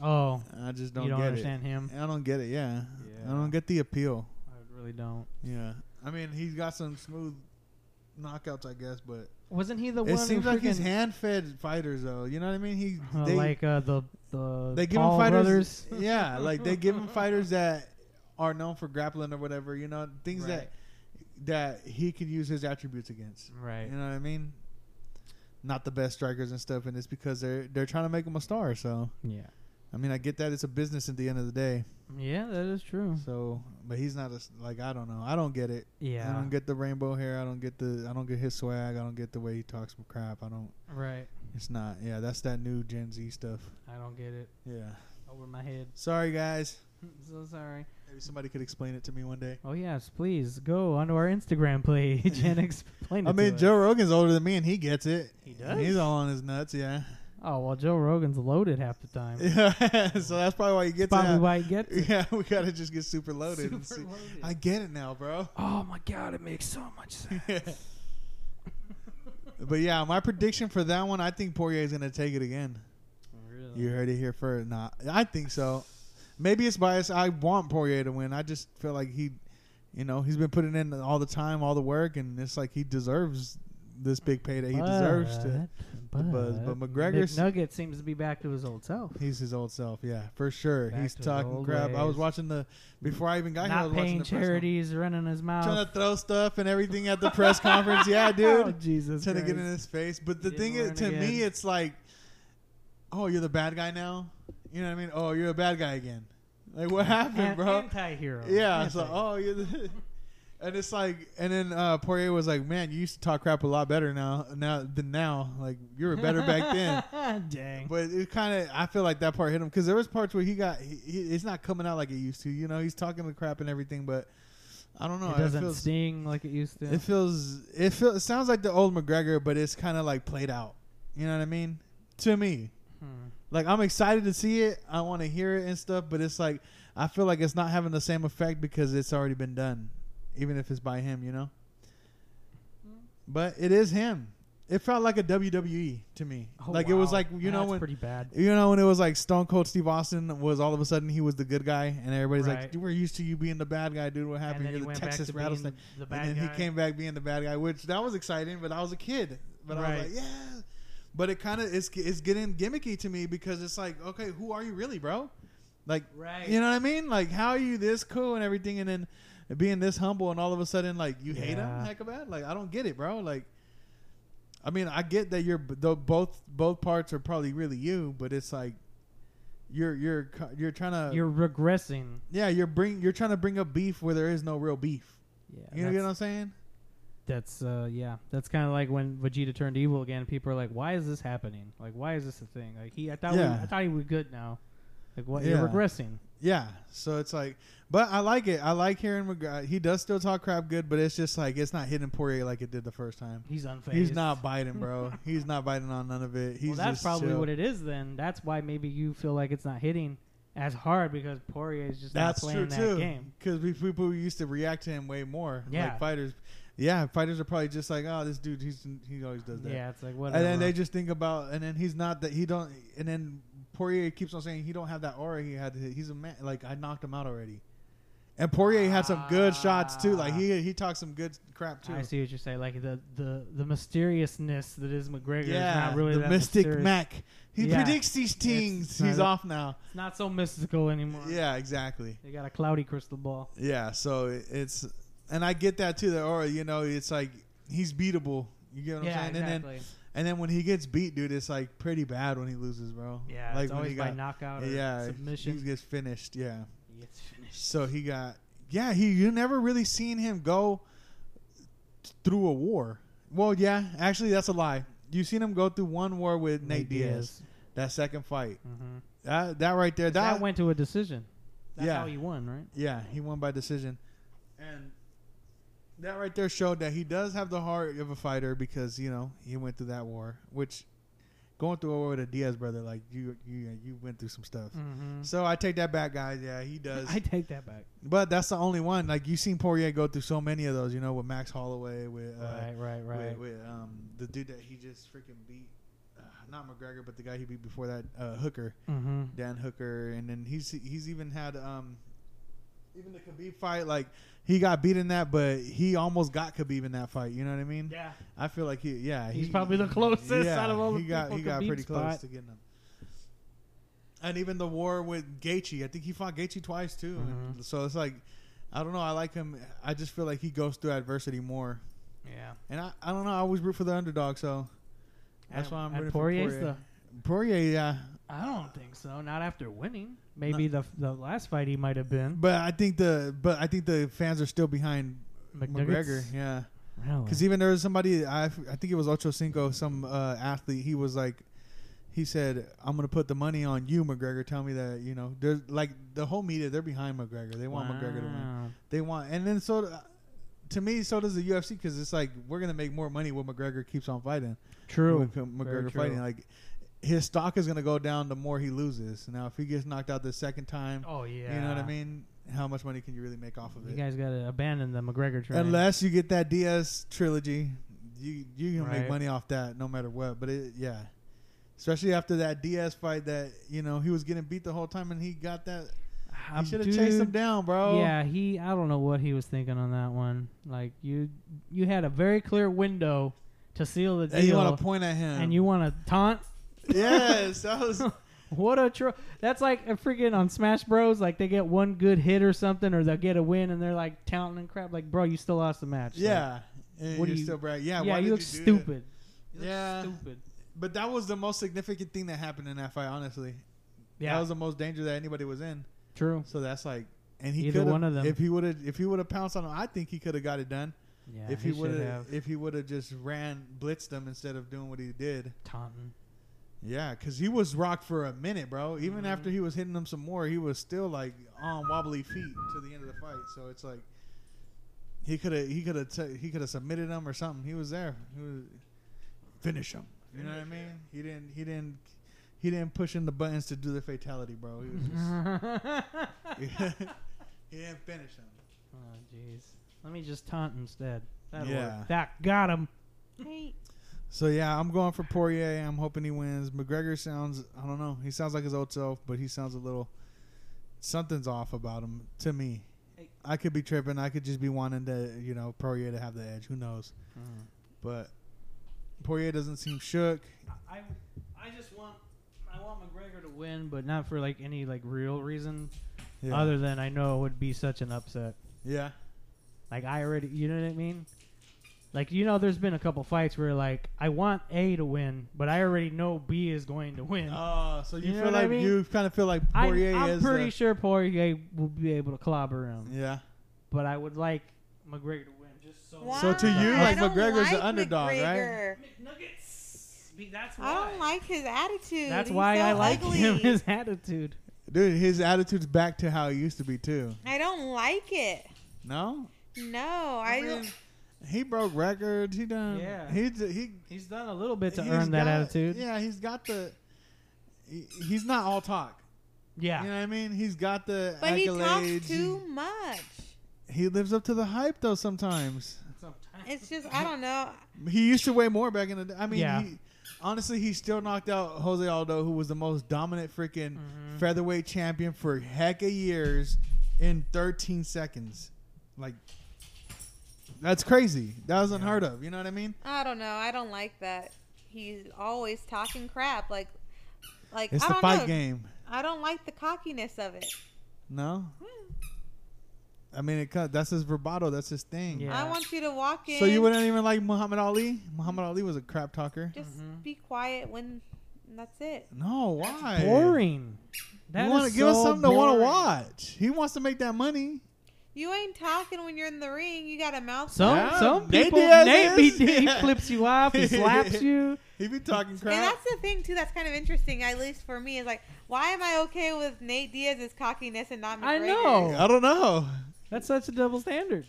oh,
I just don't,
you don't
get
understand him.
it. I don't get it. Yeah.
Yeah.
I don't get the appeal.
I really don't.
Yeah. I mean, he's got some smooth knockouts, I guess, but
Wasn't he the
it
one?
seems
who
like he's
freaking-
hand-fed fighters, though. You know what I mean? He
uh,
they
like uh, the the
they give
Paul
him fighters.
brothers.
Yeah, like they give him fighters that are known for grappling or whatever. You know, things that that he could use his attributes against.
Right.
You know what I mean? Not the best strikers and stuff, and it's because they're they're trying to make him a star. So
Yeah.
I mean, I get that it's a business at the end of the day.
Yeah, that is true.
So, but he's not a s like I don't know. I don't get it. I
Yeah.
don't get the rainbow hair. I don't get the. I don't get his swag. I don't get the way he talks crap. I don't.
Right.
It's not. Yeah, that's that new Gen Z stuff.
I don't get it.
Yeah.
Over my head.
Sorry guys.
so sorry.
Maybe somebody could explain it to me one day.
Oh yes, please go onto our Instagram page and explain. It
I mean,
to
Joe
Us.
Rogan's older than me, and he gets it.
He does?
He's all on his nuts. Yeah.
Oh well, Joe Rogan's loaded half the time.
Yeah. so that's probably why he gets
Probably
it.
why he gets it.
Yeah, we gotta just get super loaded. and
Super
see-
loaded.
I get it now, bro.
Oh my god, it makes so much sense.
but yeah, my prediction for that one, I think Poirier's gonna take it again.
really?
You heard it here first. Nah, I think so. Maybe it's biased. I want Poirier to win. I just feel like he, you know, he's been putting in all the time, all the work, and it's like he deserves this big pay that he deserves to.
but,
buzz, but McGregor's-
Nugget seems to be back to his old self.
He's his old self, yeah, for sure.
Back
he's
to his
talking
old
crap. I was
ways.
watching the before I even got here. I
Not
was watching
paying
the press conference.
charities, running his mouth.
trying to throw stuff and everything at the press conference. Yeah,
Oh,
dude.
Jesus.
trying to get
Christ.
in his face. But the
Didn't
thing
learn
is, to me,
again.
it's like, oh, you're the bad guy now. You know what I mean? Oh, you're a bad guy again. Like what happened,
An-
bro?
Anti-hero.
Yeah. So
Anti-
oh, you're the. And it's like, and then uh, Poirier was like, "Man, you used to talk crap a lot better now, now than now. Like you were better back then."
Dang.
But it kind of, I feel like that part hit him because there was parts where he got, he, he, it's not coming out like it used to. You know, he's talking the crap and everything, but I don't know.
it doesn't
feels-
sting like it used to.
it feels it feels it sounds like the old McGregor, but it's kind of like played out. You know what I mean? To me,
Hmm.
like I'm excited to see it. I want to hear it and stuff, but it's like I feel like it's not having the same effect because it's already been done, even if it's by him. You know.
Hmm.
But it is him. It felt like a WWE to me.
Oh,
like it was
wow.
like you know
That's
when
pretty bad.
you know when it was like Stone Cold Steve Austin was all of a sudden he was the good guy and everybody's
Right.
like dude, we're used to you being the bad guy, dude. What
And
happened?
then he
You're the
went
Texas
back to
rattlesnake.
being the bad
and then
guy.
he came back being the bad guy, which that was exciting. But I was a kid, but I
Right.
was like, yeah. But it kind of it's it's getting gimmicky to me because it's like, okay, who are you really, bro? Like,
Right.
you know what I mean? Like, how are you this cool and everything, and then being this humble, and all of a sudden, like, you hate him,
Yeah.
heck about it? Like, I don't get it, bro. Like, I mean, I get that you're the, both both parts are probably really you, but it's like you're you're co- you're trying to
You're regressing.
yeah you're bring you're trying to bring up beef where there is no real beef.
Yeah.
You know
that's-
what I'm saying?
That's uh yeah. That's kind of like when Vegeta turned evil again. People are like, "Why is this happening? Like, why is this a thing? Like, he I thought
Yeah.
we, I thought he was good now. Like, what? You're
Yeah.
regressing.
Yeah, so it's like, but I like it. I like hearing McGregor. He does still talk crap good, but it's just like it's not hitting Poirier like it did the first time.
He's unfazed.
He's not biting, bro. He's not biting on none of it. He's
well, that's
just
probably
chill.
what it is. Then that's why maybe you feel like it's not hitting as hard because Poirier is just
That's
not
true
playing that
too.
game.
Because we people used to react to him way more.
Yeah.
like fighters. Yeah, fighters are probably just like, oh, this dude, he's he always does that.
Yeah, it's like
and
whatever.
then they just think about, and then he's not that he don't, and then Poirier keeps on saying he don't have that aura he had. He's a man, like I knocked him out already. And Poirier had some good shots too. Like he he talked some good crap too.
I see what you're saying. Like the the the mysteriousness that is McGregor is not really
the
that
Mystic
mysterious.
Mac. He
Yeah.
predicts these things.
It's not
He's
a-
off now.
It's not so mystical anymore.
Yeah, exactly.
They got a cloudy crystal ball.
Yeah, so it- it's and I get that too. That aura, you know, it's like he's beatable. You get what
yeah,
I'm saying? And then
exactly.
and then when he gets beat, dude, it's like pretty bad when he loses, bro.
yeah,
like
it's
when
always
he
by
got
knockout or
yeah
submission.
He gets finished. Yeah.
He gets finished.
So he got yeah. He you never really seen him go through a war. Well, yeah, actually that's a lie. You seen him go through one war with Nate, Diaz. That second fight.
hmm
That that right there.
That,
That,
went to a decision. That's
Yeah.
how he won, right?
Yeah, he won by decision. And that right there showed that he does have the heart of a fighter because, you know, he went through that war, which going through a war with a Diaz brother, like you you you went through some stuff.
Mm-hmm.
So I take that back, guys. Yeah, he does.
I take that back.
but that's the only one. Like you seen Poirier go through so many of those, you know, with Max Holloway, with uh,
right, right, right.
with, with um the dude that he just freaking beat. Uh, not McGregor, but the guy he beat before that, uh, Hooker.
mm-hmm.
Dan Hooker, and then he's he's even had um, even the Khabib fight. Like he got beat in that, but he almost got Khabib in that fight. You know what I mean?
Yeah,
I feel like he, yeah,
He's
he-
probably the closest
yeah,
out of all the
he got
people
he got
Khabib
pretty close
fought.
to getting him. And even the war with Gaethje, I think he fought Gaethje twice too. And so it's like I don't know. I like him. I just feel like he goes through adversity more.
Yeah.
And I, I don't know. I always root for the underdog, so that's
And-
why I'm
and
rooting
Poirier's
for
the-
Poirier. Poirier, yeah.
I don't think so. Not after winning. Maybe the the last fight he might have been.
But I think the but I think the fans are still behind McGregor.
McNuggets?
Yeah.
Really?
Because even there was somebody, I, I think it was Ocho Cinco, some uh, athlete. He was like, he said, "I'm gonna put the money on you, McGregor. Tell me that you know." There's like the whole media. They're behind McGregor. They want McGregor to win.
Wow.
They want, and then so uh, to me, so does the UFC because it's like we're gonna make more money when McGregor keeps on fighting.
True.
With M-
Very
McGregor
true.
fighting, like his stock is gonna go down the more he loses. Now, if he gets knocked out the second time,
Oh yeah.
you know what I mean. How much money can you really make off of
You
it?
guys got to abandon the McGregor train.
Unless you get that Diaz trilogy, you you can
Right.
make money off that no matter what. But it, yeah, especially after that Diaz fight, that you know he was getting beat the whole time, and he got that.
Um,
he should have chased him
dude,
down, bro.
Yeah, he. I don't know what he was thinking on that one. Like you, you had a very clear window to seal the deal,
And you want to point at him?
and you want to taunt.
yes, that was
What a tro- That's like a freaking on Smash Bros. Like they get one good hit or something, or they'll get a win, and they're like taunting and crap. Like, bro, you still lost the match. Like,
yeah. And
What do
you're
you-
still brag. Yeah,
yeah,
why
you
did
look
do that?
stupid. You look
Yeah.
stupid.
But that was the most significant thing that happened in that fight. Honestly,
Yeah,
that was the most danger that anybody was in.
true.
So that's like, and he
Either
could
one of them.
If he would have, if he would have pounced on him, I think he could have got it done.
Yeah,
if he,
should
would
have
have, if he would have just ran blitzed them instead of doing what he did,
taunting.
yeah, because he was rocked for a minute, bro. Even
Mm-hmm.
after he was hitting them some more, he was still like on wobbly feet to the end of the fight. So it's like he could have, he could have, t- he could have submitted him or something. He was there. He was, finish him. You know what I mean? He didn't. He didn't. He didn't push in the buttons to do the fatality, bro. He
Mm-hmm.
was just. he didn't finish him.
Oh jeez. Let me just taunt instead. That'll
Yeah.
work. That got him.
Hey,
So yeah, I'm going for Poirier. I'm hoping he wins. McGregor sounds I don't know. He sounds like his old self, but he sounds a little something's off about him to me.
Hey.
I could be tripping. I could just be wanting to, you know, Poirier to have the edge. Who knows?
Mm-hmm.
But Poirier doesn't seem shook.
I I just want I want McGregor to win, but not for like any like real reason
Yeah.
other than I know it would be such an upset.
yeah.
Like I already, you know what I mean? Like you know, there's been a couple fights where like I want A to win, but I already know B is going to win.
Oh, so you,
You know
feel
what I
like
mean?
you kind of feel like
I,
Poirier
I'm
is
pretty sure Poirier will be able to clobber
the-
him,
Yeah.
but I would like McGregor to win just so.
why?
So to you,
I
like,
don't
McGregor's the
like
underdog, right?
McGregor.
McNuggets. Be- That's
I
why.
don't like his attitude.
That's
Oh, He's
why
so
I like
ugly.
him. His attitude.
Dude, his attitude's back to how it used to be too.
I don't like it.
No?
No, I
mean,
don't.
He broke records. He done
Yeah.
He d- he
He's done a little bit to
He's
earn that
got-
attitude.
Yeah, he's got the. he- He's not all talk.
Yeah.
You know what I mean? He's got the
But he
accolades.
talks too much.
He lives up to the hype though. Sometimes
Sometimes.
It's just I don't know.
he used to weigh more back in the. day. I mean,
Yeah.
he, honestly, he still knocked out Jose Aldo, who was the most dominant freaking
Mm-hmm.
featherweight champion for heck of years, in 13 seconds. Like, that's crazy. That was unheard of. You know what I mean?
I don't know. I don't like that. He's always talking crap. Like, like
It's
I
the
don't
fight
know.
game.
I don't like the cockiness of it.
No. I mean, it cut. That's his vibrato. That's his thing.
Yeah.
I want you to walk in.
So you wouldn't even like Muhammad Ali? Muhammad Ali was a crap talker.
just
Mhm.
be quiet when. and that's it.
No, why?
Boring. That
you want
is
to give us
so
something to want to
boring.
watch. He wants to make that money.
You ain't talking when you're in the ring. You got a mouth.
Some
Yeah,
some
Nate
people
Diaz
Nate
is.
be- he
Yeah.
flips you off, he slaps you.
He be talking
And
crap.
that's the thing too. That's kind of interesting, at least for me. Is like, why am I okay with Nate Diaz's cockiness and not McGregor?
I know.
I don't know.
That's such a double standard.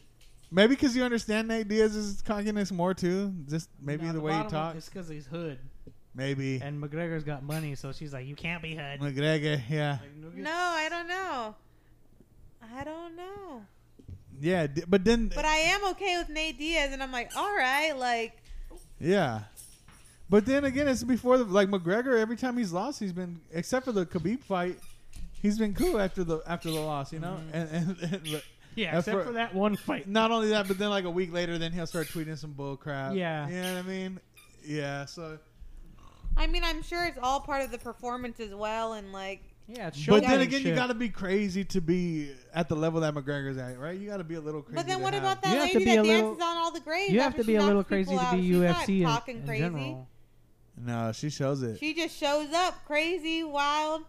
Maybe because you understand Nate Diaz's cockiness more too. Just maybe
Now,
the, way he
bottom line-
talks.
It's because he's hood,
Maybe
and McGregor's got money, so she's like, "You can't be hood."
McGregor. Yeah,
Like, no,
No, I don't know. I don't know.
yeah. d- But then,
But I am okay with Nate Diaz, and I'm like, all right, like
yeah. But then again, it's before the like McGregor. Every time he's lost, he's been except for the Khabib fight. He's been cool after the after the loss, you
Mm-hmm.
know. And, and, and
yeah,
Uh,
except
for-
for that one fight.
Not only that, but then like a week later, then he'll start tweeting some bull crap.
Yeah.
you know what I mean. Yeah, so
I mean, I'm sure it's all part of the performance as well, and like
Yeah, it's
But
showing
then
and
again, you
shit.
gotta be crazy to be at the level that McGregor's at, right? You gotta be a little crazy.
But then
to
what
have-
about
You
that
have to
lady
be
that
a
dances
little-
on all the graves?
you have
after
to
she
be a
knocks
little crazy
people
to be
out? She's
UFC
not
in,
talking
in
crazy.
general.
No, she shows it.
She just shows up crazy, wild,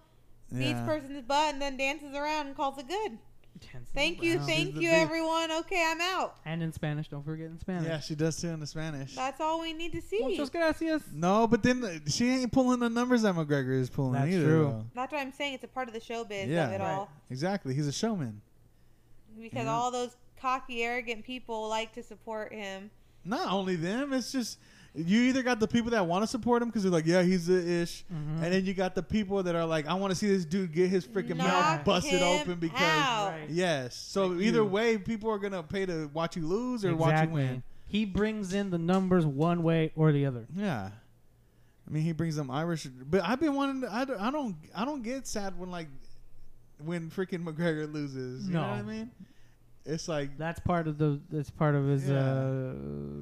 beats
Yeah.
person's butt, and then dances around and calls it good.
Dancing
Thank you,
around.
thank
the
you,
big-
everyone. Okay, I'm out.
and in Spanish. Don't forget in Spanish.
Yeah, she does too in the Spanish.
That's all we need to see.
Muchas gracias.
No, but then uh, she ain't pulling the numbers that McGregor is pulling
That's
either.
true.
though.
That's what I'm saying. It's a part of the showbiz
Yeah.
of
Right.
it all.
Exactly. He's a showman.
Because
Yeah.
all those cocky, arrogant people like to support him.
Not only them, it's just you either got the people that want to support him because they're like, yeah, he's the ish,
Mhm.
and then you got the people that are like, I want to see this dude get his freaking
Knock
mouth busted
him
open because.
out.
Right.
Yes. So
Like
either
you.
way, people are gonna pay to watch you lose or watch you win.
He brings in the numbers one way or the other.
Yeah. I mean, he brings them Irish, but I've been wanting. To, I, don't- I don't. I don't get sad when like when freaking McGregor loses. You know
No.
what I mean? It's like
That's part of the. That's part of his.
Yeah.
Uh,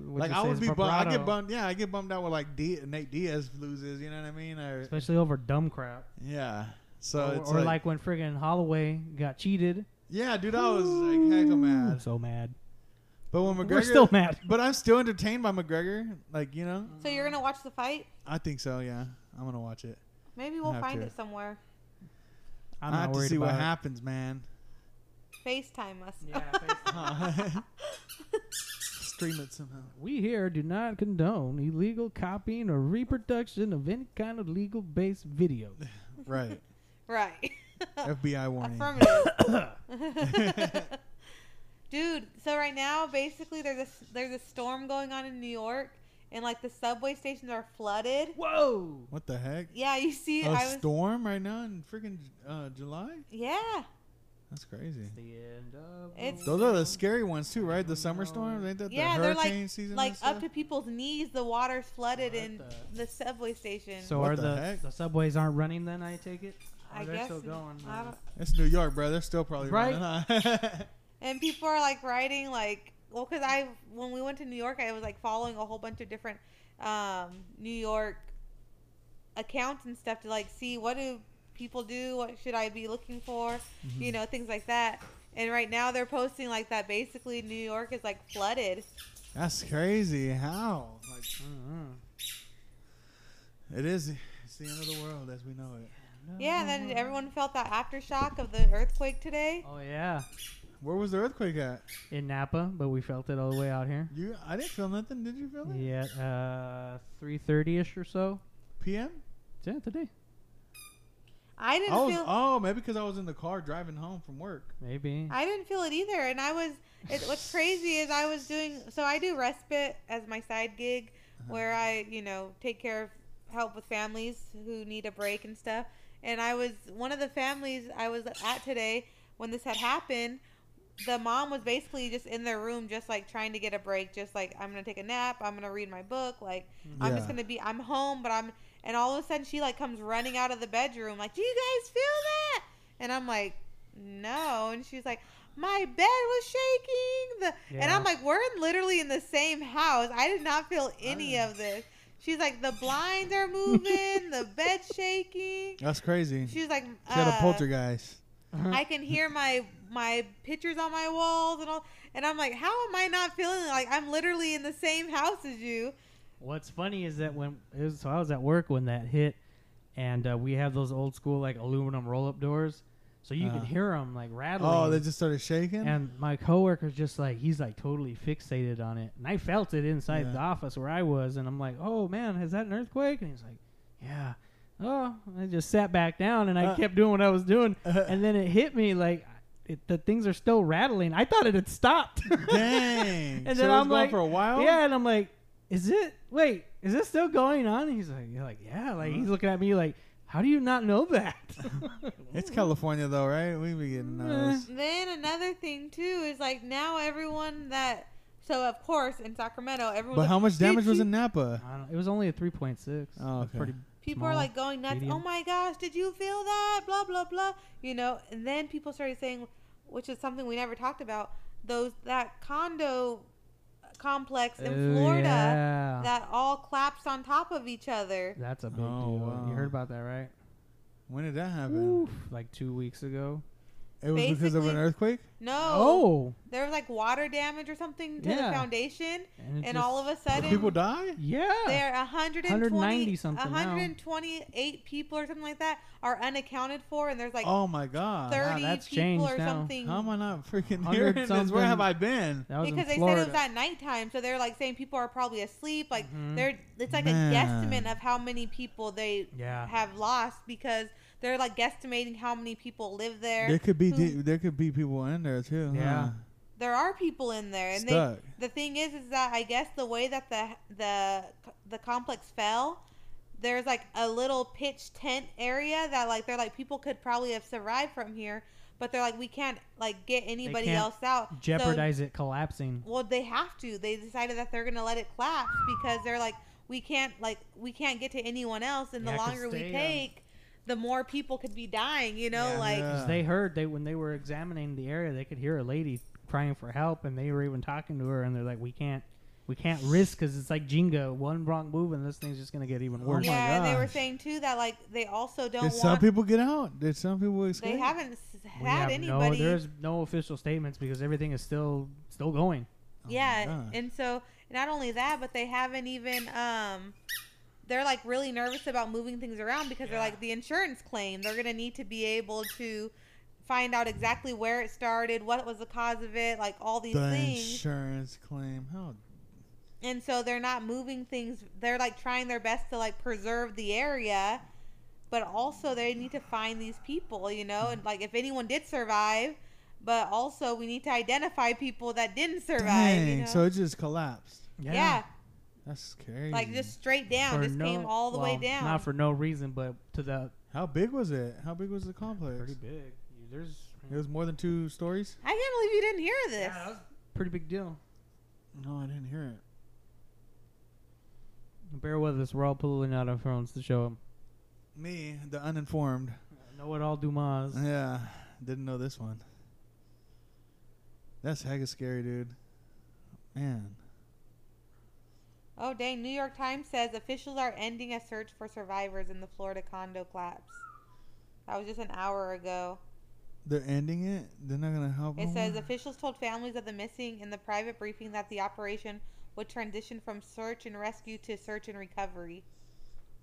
what
like
you
I
say,
would
his
be bummed. I
vibrato.
get bummed. Yeah, I get bummed out when like D- Nate Diaz loses. You know what I mean? Or,
especially over dumb crap.
yeah. So
or
it's
or
like,
like, when friggin' Holloway got cheated.
yeah, dude, I was like hecka
I'm
mad.
so mad.
But when McGregor,
We're still mad.
but I'm still entertained by McGregor. Like you know,
So you're gonna watch the fight?
I think so. Yeah, I'm gonna watch it.
Maybe we'll
Have
find
to.
it somewhere.
I'm
I
not
have to
worried
see
about
what
it.
happens, man.
FaceTime us.
Stream it somehow.
We here do not condone illegal copying or reproduction of any kind of legal based video.
Right.
right.
FBI warning.
Affirmative. Dude, so right now basically there's a there's a storm going on in New York and like the subway stations are flooded.
Whoa!
What the heck?
Yeah, you see
A
I was
storm right now in freaking uh, July?
Yeah.
That's crazy.
The end of
It's-
the
Those are the scary ones too, right? The summer storms, ain't that
yeah,
the
they're
hurricane
like
season?
like
and
up
stuff?
to people's knees the water's flooded
What
in
the-
the, subway station.
So
What
are
the
the
heck?
the subways aren't running then? I take it. Or
I
they're
guess
still going.
I
uh,
don't-
It's New York, bro. They're still probably
Right?
running, huh?
and people are like writing like well because i when we went to new york i was like following a whole bunch of different um, new york accounts and stuff to like see what do people do what should i be looking for
Mm-hmm.
you know things like that and right now they're posting like that basically new york is like flooded
That's crazy. How? Like
mm-mm.
it is. It's the end of the world as we know it.
yeah and then everyone felt that aftershock of the earthquake today
Oh yeah,
Where was the earthquake at?
in Napa, but we felt it all the way out here.
You? I didn't feel nothing. Did you feel it?
Yeah, uh, three thirty ish or so.
PM?
Yeah, today
i
I
didn't
was.
feel
Oh, maybe because I was in the car driving home from work.
maybe.
I didn't feel it either. And I was, it, what's crazy is I was doing, so I do respite as my side gig where I, you know, take care of, help with families who need a break and stuff. And I was, one of the families I was at today when this had happened, the mom was basically just in their room, just like trying to get a break, just like, I'm going to take a nap. I'm going to read my book. Like, I'm just
Yeah.
going to be, I'm home, but I'm, and all of a sudden she like comes running out of the bedroom, like, do you guys feel that? And I'm like, no. And she's like, my bed was shaking. The, And
Yeah.
I'm like, we're in- literally in the same house. I did not feel any of this. She's like, the blinds are moving, the bed shaking.
That's crazy. She
She's like,
had a
uh,
poltergeist.
I can hear my my pictures on my walls and all. And I'm like, how am I not feeling like I'm literally in the same house as you?
What's funny is that when it was, so I was at work when that hit, and uh, we have those old school like aluminum roll up doors, so you
Uh-huh.
could hear them like rattling.
Oh, they just started shaking.
And my coworker's just like he's like totally fixated on it, and I felt it inside
Yeah.
the office where I was, and I'm like, "Oh man, is that an earthquake?" And he's like, "Yeah." Oh, I just sat back down and I
Uh.
kept doing what I was doing, and then it hit me like it, the things are still rattling. I thought it had stopped.
Dang.
And
so
then
it was
I'm
going
like,
for a while.
Yeah, and I'm like, "Is it? Wait, is this still going on?" And he's like, "You're like, yeah." Like he's looking at me like, "How do you not know that?"
It's California though, right? We be getting
Eh.
those.
Then another thing too is like now everyone that so of course in Sacramento everyone
But how much damage was
you-
in Napa?
I don't, it was only a three point six.
Oh, okay.
Pretty
people are
small.
like going nuts.
medium.
Oh my gosh, did you feel that? Blah blah blah. You know, and then people started saying, which is something we never talked about, those that condo complex in
Oh,
Ooh,
Florida
yeah.
that all collapsed on top of each other.
That's a big
Oh,
deal.
wow.
You heard about that, right?
When did that happen?
Oof, like two weeks ago.
It was because of an
Basically-
earthquake.
No.
Oh,
There was like water damage or something to
Yeah.
the foundation,
and,
and all of a sudden,
People die.
yeah,
There, 120,
190 something now.
128 people or something like that are unaccounted for, and there's like
oh my god!
30
that's
people
changed
or
now.
something.
How am I not freaking
Hundred
hearing this? Where have
something.
I been?
that was
because
in
they
Florida.
said it was at nighttime, so they're like saying people are probably asleep. Like
Mhm.
they're, it's like
Man.
a guesstimate of how many people they
yeah,
have lost because they're like guesstimating how many people live there. Mm-hmm.
There could be
who-
di- there could be people in there too.
Yeah.
huh?
there are people in there, and they
stuck.
The thing is, is that I guess the way that the the the complex fell, there's like a little pitch tent area that like they're like people could probably have survived from here, but they're like we can't like get anybody
can't
else out. So-
jeopardize it collapsing.
well, they have to. They decided that they're gonna let it collapse because they're like we can't like we can't get to anyone else, and
Yeah,
the
'cause
longer we
they, um,
take, the more people could be dying. You know,
Yeah. Oh
like.
Yeah.
'Cause they heard they when they were examining the area, they could hear a lady crying for help, and they were even talking to her, and they're like, "We can't, we can't risk because it's like Jenga. One wrong move, and this thing's just gonna get even
Oh
worse."
my
yeah, and they were
gosh.
saying too that like they also don't
Did some
want.
people get out? Did some people escape?
they haven't s-
We
had
have no,
anybody.
there's no official statements because everything is still still going.
Oh my
yeah,
God.
and so not only that, but they haven't even um they're like really nervous about moving things around because they're like the insurance claim. They're going to need to be able to find out exactly where it started, what was the cause of it, like all these
the
things.
insurance claim. How
and so they're not moving things. They're like trying their best to like preserve the area, but also they need to find these people, you know, and like if anyone did survive, but also we need to identify people that didn't survive,
dang!
you know.
So it just collapsed.
yeah.
That's crazy.
Like just straight down,
For
just
no-
came all the way
well,
down.
Not for no reason, but to the
how big was it? How big was the complex?
pretty big. There's
It was more than two stories.
I can't believe you didn't hear this.
yeah, that was a pretty big deal.
No, I didn't hear it.
Bear with us. We're all pulling out our phones to show them.
Me, the uninformed.
Know it all, Dumas.
Yeah, didn't know this one. That's hecka scary, dude. Man,
oh dang! New York Times says officials are ending a search for survivors in the Florida condo collapse. That was just an hour ago.
they're ending it. They're not gonna help.
Oh
It
no
says
more?
officials told families of the missing in the private briefing that the operation would transition from search and rescue to search and recovery.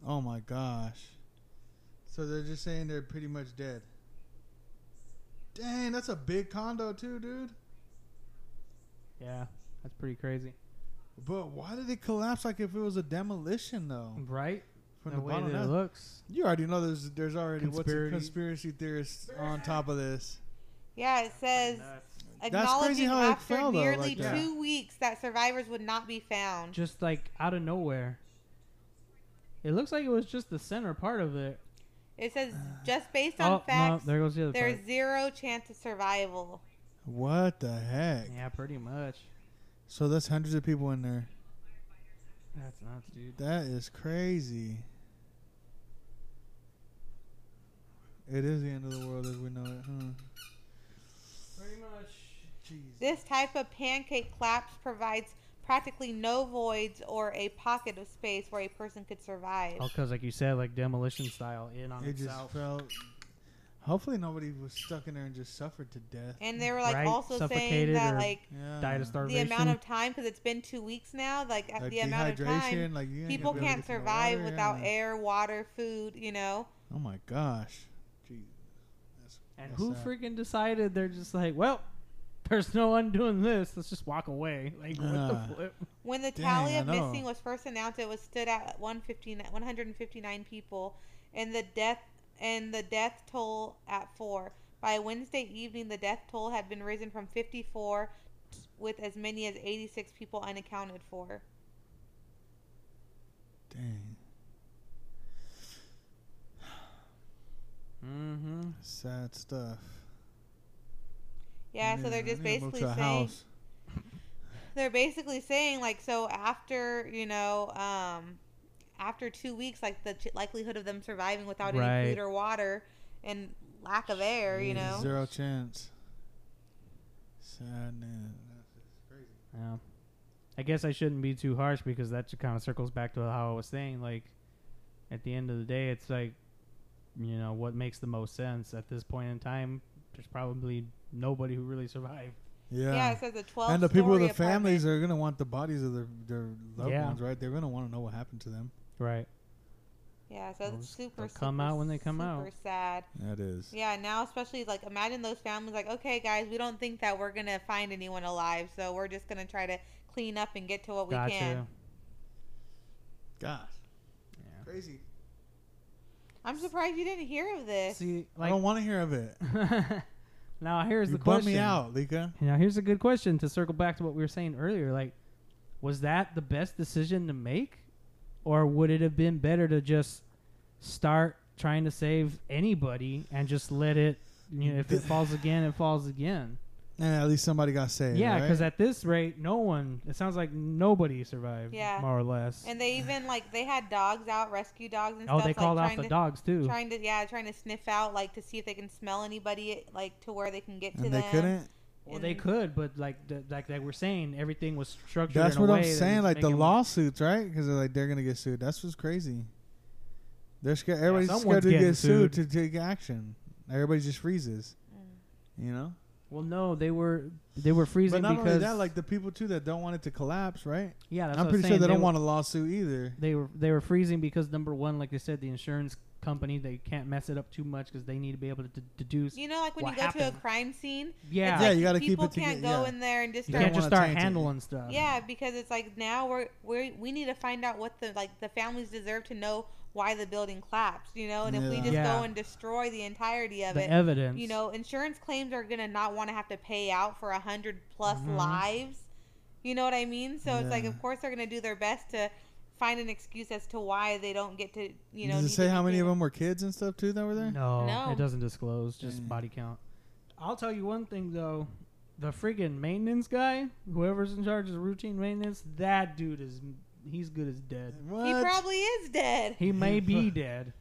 Oh my gosh. So they're just saying they're pretty much dead. Dang, that's a big condo too, dude.
Yeah, that's pretty crazy,
But why did it collapse like if it was a demolition though?
right?
From
Mm. the, way that it
up?
looks.
You already know there's there's already
Conspiracy.
what's a conspiracy theorists on top of this.
Yeah, it says
crazy
acknowledging
how it
after
fell, though,
nearly
like that.
two weeks that survivors would not be found.
just like out of nowhere. It looks like it was just the center part of it.
It says just based on
oh
facts.
no, there goes the other
There's
part.
zero chance of survival.
What the heck?
Yeah, pretty much.
So that's hundreds of people in there.
That's nuts, dude.
That is crazy. It is the end of the world as we know it, huh?
Pretty much.
Jeez.
This type of pancake collapse provides practically no voids or a pocket of space where a person could survive.
Oh, cause like you said, like demolition style, in on
It
itself.
just felt. Hopefully nobody was stuck in there and just suffered to death.
And they were like
Right,
also saying
suffocated
that
or
like
Yeah.
Died of
the
starvation.
amount of time because it's been two weeks now, like, at
Like
the amount of time
dehydration, like you ain't
people
gonna be able
can't
to get no
survive
water,
without
yeah.
air, water, food. You know,
Oh my gosh. Jeez.
and
That's
who
sad.
freaking decided they're just like, well, there's no undoing this. Let's just walk away. Like what
Ah.
the flip?
when the
Dang,
tally
I
of
know.
missing was first announced, it was stood at 159, 159 people, and the death and the death toll at four. By Wednesday evening, the death toll had been risen from 54, with as many as 86 people unaccounted for.
Dang.
Mm-hmm.
Sad stuff.
Yeah,
I
so
need-
they're
I
just
need to move
basically
to a
saying.
house.
they're basically saying like so after you know um after two weeks like the ch- likelihood of them surviving without any
Right.
food or water and lack of air you know
Zero chance. Sadness.
Yeah. I guess I shouldn't be too harsh because that just kind of circles back to how I was saying. Like, at the end of the day, it's like you know what makes the most sense at this point in time. There's probably nobody who really survived.
Yeah.
Yeah, it says a 12
and the people,
story
the families
apartment.
are gonna want the bodies of their their loved
Yeah.
ones, right? They're gonna want to know what happened to them.
Right.
Yeah, so
Those-
it's super.
they'll come
super,
out when they come
super
out.
sad.
That is.
Yeah, now especially like imagine those families like, okay, guys, we don't think that we're gonna find anyone alive, so we're just gonna try to clean up and get to what we
gotcha.
can.
Gosh.
Yeah.
Crazy.
I'm surprised you didn't hear of this.
See,
I
like
don't want to hear of it.
now here's
you
the
bummed
question.
me out, Lika.
Now here's a good question to circle back to what we were saying earlier. Like, was that the best decision to make, or would it have been better to just start trying to save anybody and just let it? You know, if it falls again, it falls again.
And at least somebody got saved.
Yeah, because
right?
at this rate, no one. It sounds like nobody survived.
Yeah.
more or less.
And they even like they had dogs out, rescue dogs and
oh,
stuff.
they
like,
called
trying
off the
to,
dogs too.
Trying to yeah, trying to sniff out like to see if they can smell anybody like to where they can get to
and
them.
they couldn't.
Well, they could, but like th- like they were saying, everything was structured.
That's
in a
what
way
I'm
that
saying.
was
Like the
making-
lawsuits, right? Because they're like they're gonna get sued. That's what's crazy. They're scared. Everybody's
someone's
scared to
getting
get sued, to take action. Everybody just freezes.
Mm.
You know.
Well, no, they were they were freezing
But not
because
only that, like the people too that don't want it to collapse, right?
yeah, that's
I'm
what I was
pretty sure
saying.
they don't
were-
want a lawsuit either.
they were they were freezing because number one, like I said, the insurance company they can't mess it up too much because they need to be able to d- deduce.
You know, like when
What
you go to a
happened?
crime scene,
yeah,
it's like
Yeah, you gotta keep
people
it
can't
together,
go
yeah.
in there and just
you
don't
start
can't just
wanna
start
taint it.
handling stuff.
Yeah, because it's like now we're we we need to find out what the like the families deserve to know why the building collapsed, you know. And if we
Yeah.
just
Yeah.
go and destroy the entirety of
the
it,
evidence.
you know, insurance claims are gonna not want to have to pay out for a hundred plus
Mhm.
lives. You know what I mean? So it's like,
Mm-hmm. Yeah.
of course, they're gonna do their best to find an excuse as to why they don't get to, you know.
Does
need
it
to
say how
be
many of
doing-
them were kids and stuff too that were there?
No,
No.
it doesn't disclose, just
Mm.
body count. I'll tell you one thing though. The friggin' maintenance guy, whoever's in charge of routine maintenance, that dude is he's good as dead.
What?
He probably is dead.
He may
He
be
fu-
dead.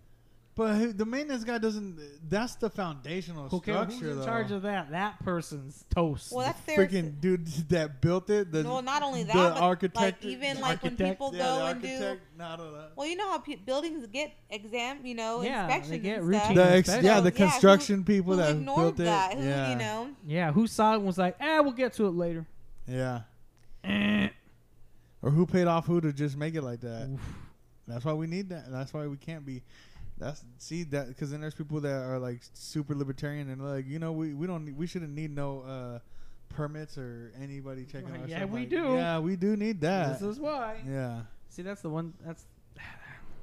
but who- the maintenance guy doesn't. That's the foundational
Okay,
structure,
who's in
though.
charge of that? That person's toast.
Well, that's their
Freaking dude that built it. The,
well, not only
the
that, but
architect-
like even
the
like when
architect-
people
yeah,
go
the
and do.
architect, not a-
Well, you know how pe- buildings get exam, you know,
Yeah, they
inspections
get
and stuff.
routine
the ex-
inspection.
yeah,
So,
the
yeah, who-
construction people
Who
that built
ignored
it.
that? Who,
yeah,
you know?
yeah, who saw it and was like, ah, we'll get to it later.
yeah. Or who paid off who to just make it like that? That's why we need that. That's why we can't be. That's see that because then there's people that are like super libertarian and like you know we we don't need- we shouldn't need no uh permits or anybody checking.
Right,
our
yeah,
stuff.
we
Like,
do.
Yeah, we do need that.
This is why.
yeah,
See, that's the one. That's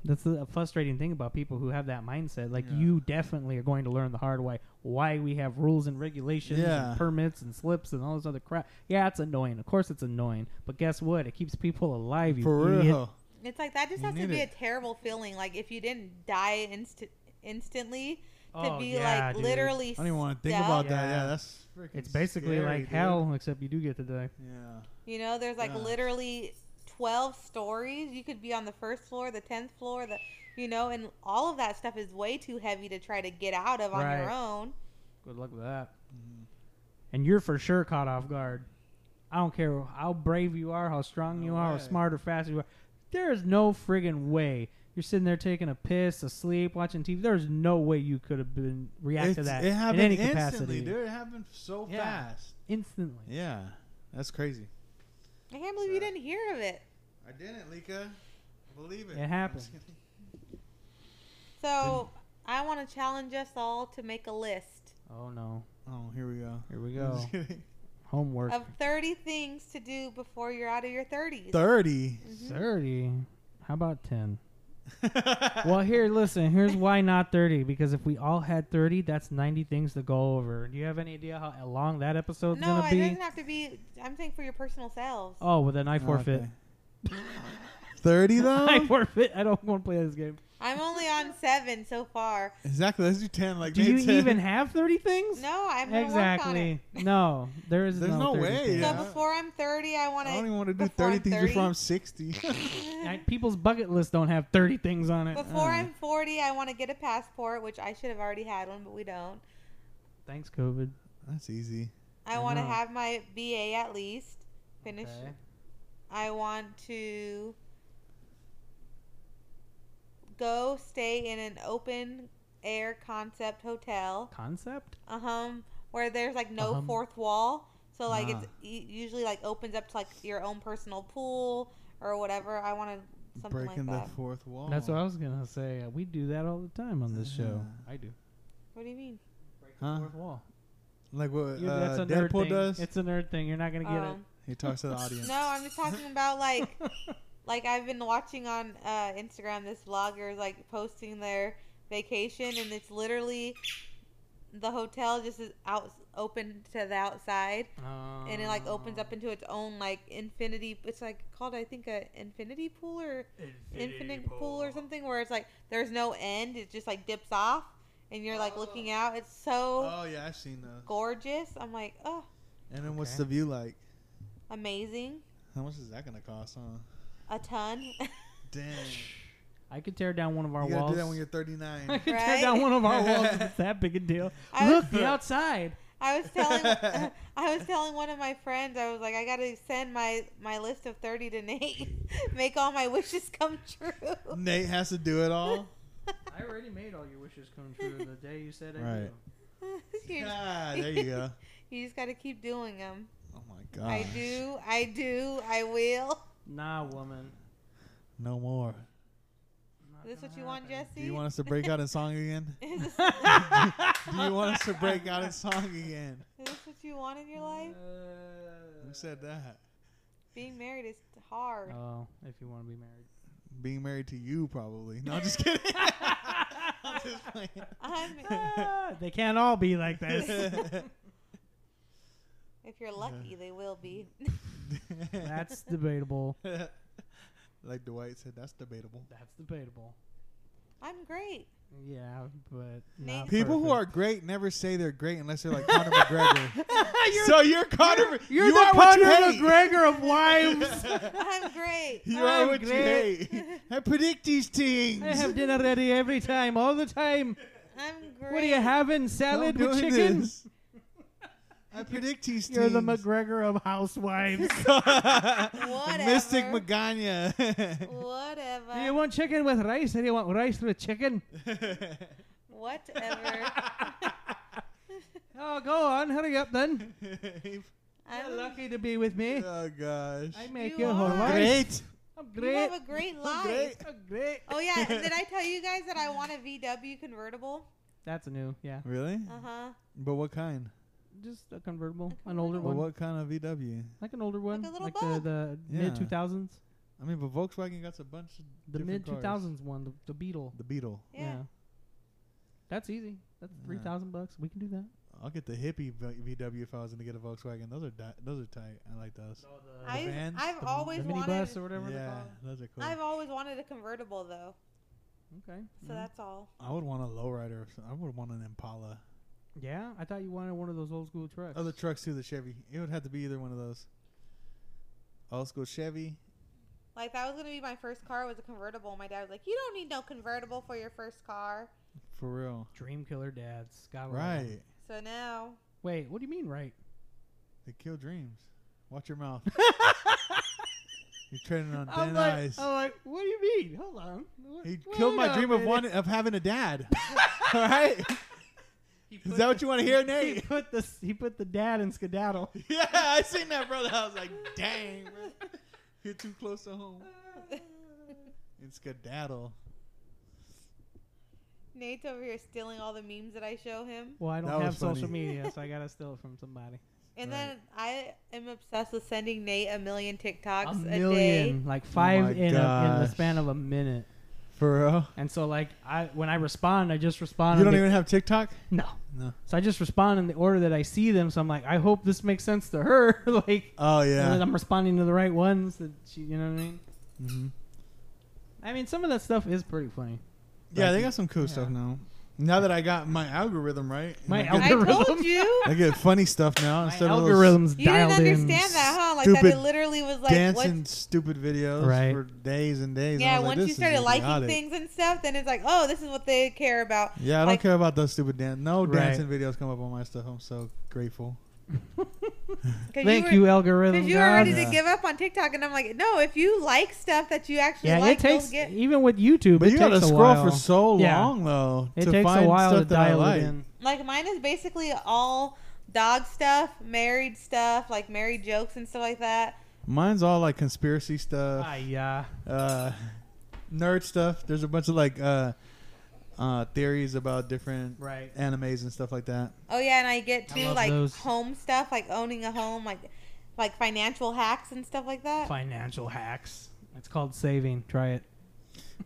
that's the frustrating thing about people who have that mindset. Like,
Yeah.
you definitely are going to learn the hard way why we have rules and regulations
Yeah.
and permits and slips and all this other crap. Yeah, it's annoying. Of course, it's annoying. But guess what? It keeps people alive. You
for
idiot.
real.
It's like that just
You
has to
need
be
it.
a terrible feeling. Like if you didn't die inst- instantly, to
Oh,
be
yeah,
like
dude.
literally.
I don't even want to think
stuck,
about that.
Yeah.
Yeah, that's freaking.
It's basically
scary,
like
dude.
hell, except you do get to die.
Yeah.
You know, there's like
Yeah.
literally twelve stories. You could be on the first floor, the tenth floor, the you know, and all of that stuff is way too heavy to try to get out of on your
Right.
own.
Good luck with that. And you're for sure caught off guard. I don't care how brave you are, how strong
No
you are, how
way.
smart or fast you are. There is no friggin' way. You're sitting there taking a piss, asleep, watching TV. There's no way you could have been react to
It's-
that
It
in
happened
any
instantly,
capacity.
dude. It happened so
Yeah.
fast.
Instantly.
Yeah, that's crazy.
I can't believe you
Sad.
didn't hear of it.
I didn't, Lika. Believe it.
It happened.
So I want to challenge us all to make a list
Oh no.
Oh, here we go.
Here we
I'm
go.
just kidding.
Homework.
of thirty things to do before you're out of your thirties.
Thirty.
Mm-hmm.
Thirty. How about ten? Well, here, listen. Here's why not thirty. Because if we all had thirty, that's ninety things to go over. Do you have any idea how long that episode's
No,
gonna
it
be?
doesn't have to be. I'm saying for your personal selves.
Oh, well then I forfeit.
Okay. Thirty
I
though.
forfeit. I don't want to play this game.
I'm only on seven so far.
exactly. Let's do ten. Like
Do you
Nate said.
even have thirty things?
No, I'm gonna work on it.
Exactly. No, there is
There's
no, 30
no way.
things.
Yeah.
So before I'm 30, I want
I don't
to.
even want to do
Before
thirty
I'm
things
30.
before I'm sixty.
Like, people's bucket lists don't have thirty things on it.
Before
Uh,
I'm 40, I want to get a passport, which I should have already had one, but we don't.
Thanks, COVID.
That's easy.
I
I
want to
know.
have my BA at least finish.
Uh-huh. Okay.
I want to go stay in an open Air Concept Hotel,
Concept?
um, where there's like no
Um.
fourth wall, so like
Ah.
it's u- usually like opens up to like your own personal pool or whatever. I wanted something
Breaking
like that.
the fourth wall.
That's what I was gonna say. Uh, We do that all the time on this show. I do.
what do you mean?
Huh?
Fourth wall.
Like what
You-
uh,
that's a nerd
Deadpool
thing.
does.
It's a nerd thing. You're not gonna get
Um,
he talks to the audience.
No, I'm just talking about like like I've been watching on uh, Instagram this vlogger is like posting their vacation and it's literally the hotel just is out open to the outside
it.
Um, and it like opens up into its own like infinity it's like called I think a infinity pool or infinite pool. or something where it's like there's no end it just like dips off and you're like looking out it's so
Oh yeah, I've seen that.
gorgeous I'm like oh
And then what's
Okay.
the view like?
amazing
How much is that gonna cost, huh?
a ton
Dang.
I could tear down one of our
you gotta
walls.
do that when you're
I
39.
could tear
Right?
down one of our walls. if It's that big a deal.
I was-
Look, the outside.
I was telling I was telling one of my friends I was like I gotta send my my list of thirty to Nate, make all my wishes come true.
Nate has to do it all.
I already made all your wishes come true the day you said
I Right. do.
You just-
ah, there you go.
you just gotta keep doing them.
Oh my god.
I do, I do, I will.
Nah, woman.
No more.
Not
Is this what
gonna
you want,
happen.
Jesse?
Do you want us to break out in song again?
is, this,
Do you want us to break out in song again?
is this what you want in your
Uh,
life?
Who said that?
Being married is hard.
Oh, if you want to be married.
Being married to you, probably. No, I'm just kidding. I'm just playing.
I'm,
Ah, they can't all be like this.
if you're lucky, they will be.
That's debatable.
like Dwight said, that's debatable.
That's debatable.
I'm great.
Yeah, but
Nate-
not
People who are
perfect.
great never say they're great unless they're like Conor McGregor.
You're-
so you're Conor.
you're
you
the
are what you
Conor
hate.
McGregor of wives.
I'm great.
You are
I'm
what you
great.
hate. I predict these things.
I have dinner ready every time, all the time.
I'm great.
What are you having?
I'm
Salad with
doing
chicken?
this. I predict these
You're the
things.
McGregor of housewives.
Whatever.
Mystic Magana.
Whatever.
do you want chicken with rice or do you want rice with chicken?
Whatever.
Oh, go on, hurry up then. You're
I'm
lucky to be with me.
oh gosh.
I make
Um, You
your whole
are.
life.
Great.
I'm
You
great.
have a great
I'm
life.
great.
I'm great.
Oh yeah, and did I tell you guys that I want a VW convertible?
That's a new, yeah.
Really?
Uh huh.
But what kind?
Just a convertible, an older
But
one,
what kind of VW?
like an older one,
a little
like
bug.
the, the
Yeah.
mid two thousands,
I mean, but Volkswagen got a bunch of
the
different
mid two
cars.
thousands one, the, the Beetle.
The Beetle.
Yeah.
That's easy. That's three
Yeah.
thousand bucks. We can do that.
I'll get the hippie V- VW if I was gonna get a Volkswagen. Those are di- those are tight. I like those.
I
vans,
I've
the-
always
the
wanted.
minibus or whatever they're
Yeah,
called.
those are cool. i
I've always wanted a convertible though,
Okay.
so
mhm.
that's all.
would want a lowrider. Or some- I would want an Impala.
Mm-hmm. yeah. I thought you wanted one of those old school trucks.
Other trucks too. Oh, The Chevy. It would have to be either one of those. Old school Chevy.
Like that was gonna be my first car was a convertible. My dad was like, "You don't need no convertible for your first car."
For real.
Dream killer dads. Scott Rowland.
Right.
So now,
Wait, what do you mean right?
They kill dreams. Watch your mouth. You're treading on
I'm
thin
like,
ice.
I'm like, what do you mean? Hold on. What-
He
wait
killed my
a
dream of
minute.
wanting of having a dad. All right. Is that what you want to hear,
He
Nate?
put the he put the dad in skedaddle.
yeah, I seen that, brother. I was like, dang, bro. You're too close to home. In skedaddle.
Nate's over here stealing all the memes that I show him,
Well, I don't
That was
have social
funny.
media, so I gotta steal it from somebody.
and then I am obsessed with sending Nate a million TikToks
a
a,
million,
day.
like five
Oh my
in a, in the
gosh.
span of a minute.
For real?
And so, like, I when I respond, I just respond.
You
in
don't
the-
even have TikTok?
no.
No.
So I just respond in the order that I see them. So I'm like, I hope this makes sense to her. like,
Oh
and that
yeah.
I'm responding to the right ones. That she, you know what I mean?
hmm
I mean, some of that stuff is pretty funny.
Yeah, they got some cool
Yeah.
stuff now. Now that I got my algorithm right, and
My
I,
algorithm.
get,
I told you.
I get funny stuff now
My
instead of
algorithms
You
dialed
didn't understand
in.
that, huh? Like that, it
stupid
literally was
those
like, what's
dancing stupid videos
Right.
for days and days. and I
Yeah,
was like,
once you
this is
started liking
idiotic.
things and stuff, then it's like, oh, this is what they care about.
Yeah, I don't
Like-
care about those stupid dance. No
Right.
dancing videos come up on my stuff. I'm so grateful.
'Cause
Thank
were-
you, algorithm.
Because you were ready
gods.
to give up on TikTok, and I'm like, no, if you like stuff that you actually
yeah,
like,
it takes
you'll get.
even with YouTube.
But
it
you
takes
gotta
a
scroll for
while.
so
Yeah.
long though
It
to
takes
find
a while
stuff
to
that I
dial
like.
it in.
Like mine is basically all dog stuff, married stuff, like married jokes and stuff like that.
Mine's all like conspiracy stuff.
Ah, yeah.
uh, nerd stuff. There's a bunch of like uh, uh, theories about different
Right.
animes and stuff like that.
Oh yeah, and I get
I
too
love
like
those.
home stuff, like owning a home, like like financial hacks and stuff like that.
Financial hacks. It's called saving. Try it.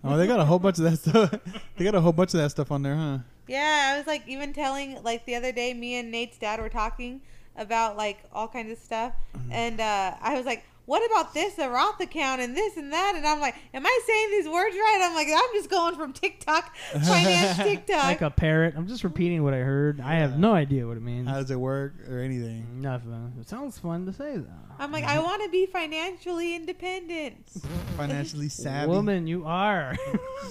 Oh, they got a whole bunch of that stuff. they got a whole bunch of that stuff on there, huh?
Mm-hmm. Yeah, I was like even telling like the other day, me and Nate's dad were talking about like all kinds of stuff,
Mm-hmm.
and uh, I was like, "What about this a Roth account and this and that?" And I'm like, "Am I saying these words right?" I'm like, "I'm just going from TikTok, finance TikTok."
Like a parrot. I'm just repeating what I heard. I have
Yeah.
no idea what it means.
How does it work or anything?
Nothing. It sounds fun to say though.
I'm like, I want to be financially independent.
Financially savvy,
Woman, you are.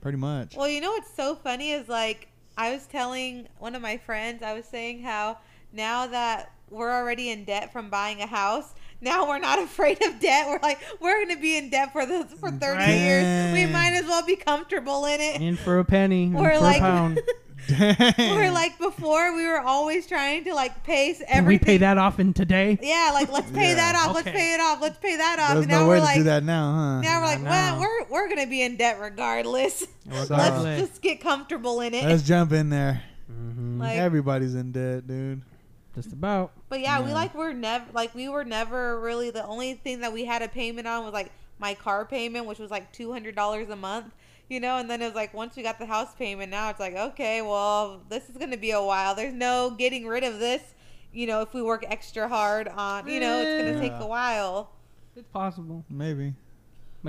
pretty much.
Well, you know what's so funny is like I was telling one of my friends, I was saying how now that we're already in debt from buying a house, now we're not afraid of debt. We're like we're going to be in debt for the for 30
Right.
years. We
Dang.
might as well be comfortable in it.
in for a penny. in
We're
for
like-
a pound.
We're like before we were always trying to like pace
Can we
everything.
pay that off in today?
Yeah, like let's pay
Yeah.
that off. Let's
Okay.
pay it off. Let's pay that off.
There's
and
no
uh, now
way
we're
to
like
do that now, huh?
now we're like,
I
well,
know.
we're we're going to be in debt regardless.
Uh,
Let's just get comfortable in it.
Let's jump in there.
Mhm.
Like-
Everybody's in debt, dude.
Just about.
But yeah, we
Yeah.
like were never like we were never really the only thing that we had a payment on was like my car payment, which was like two hundred dollars a month, you know. And then it was like once we got the house payment, now it's like okay, well this is gonna be a while. There's no getting rid of this, you know. If we work extra hard on, you know, it's gonna take
Yeah.
a while.
It's possible.
Maybe. Mm-hmm.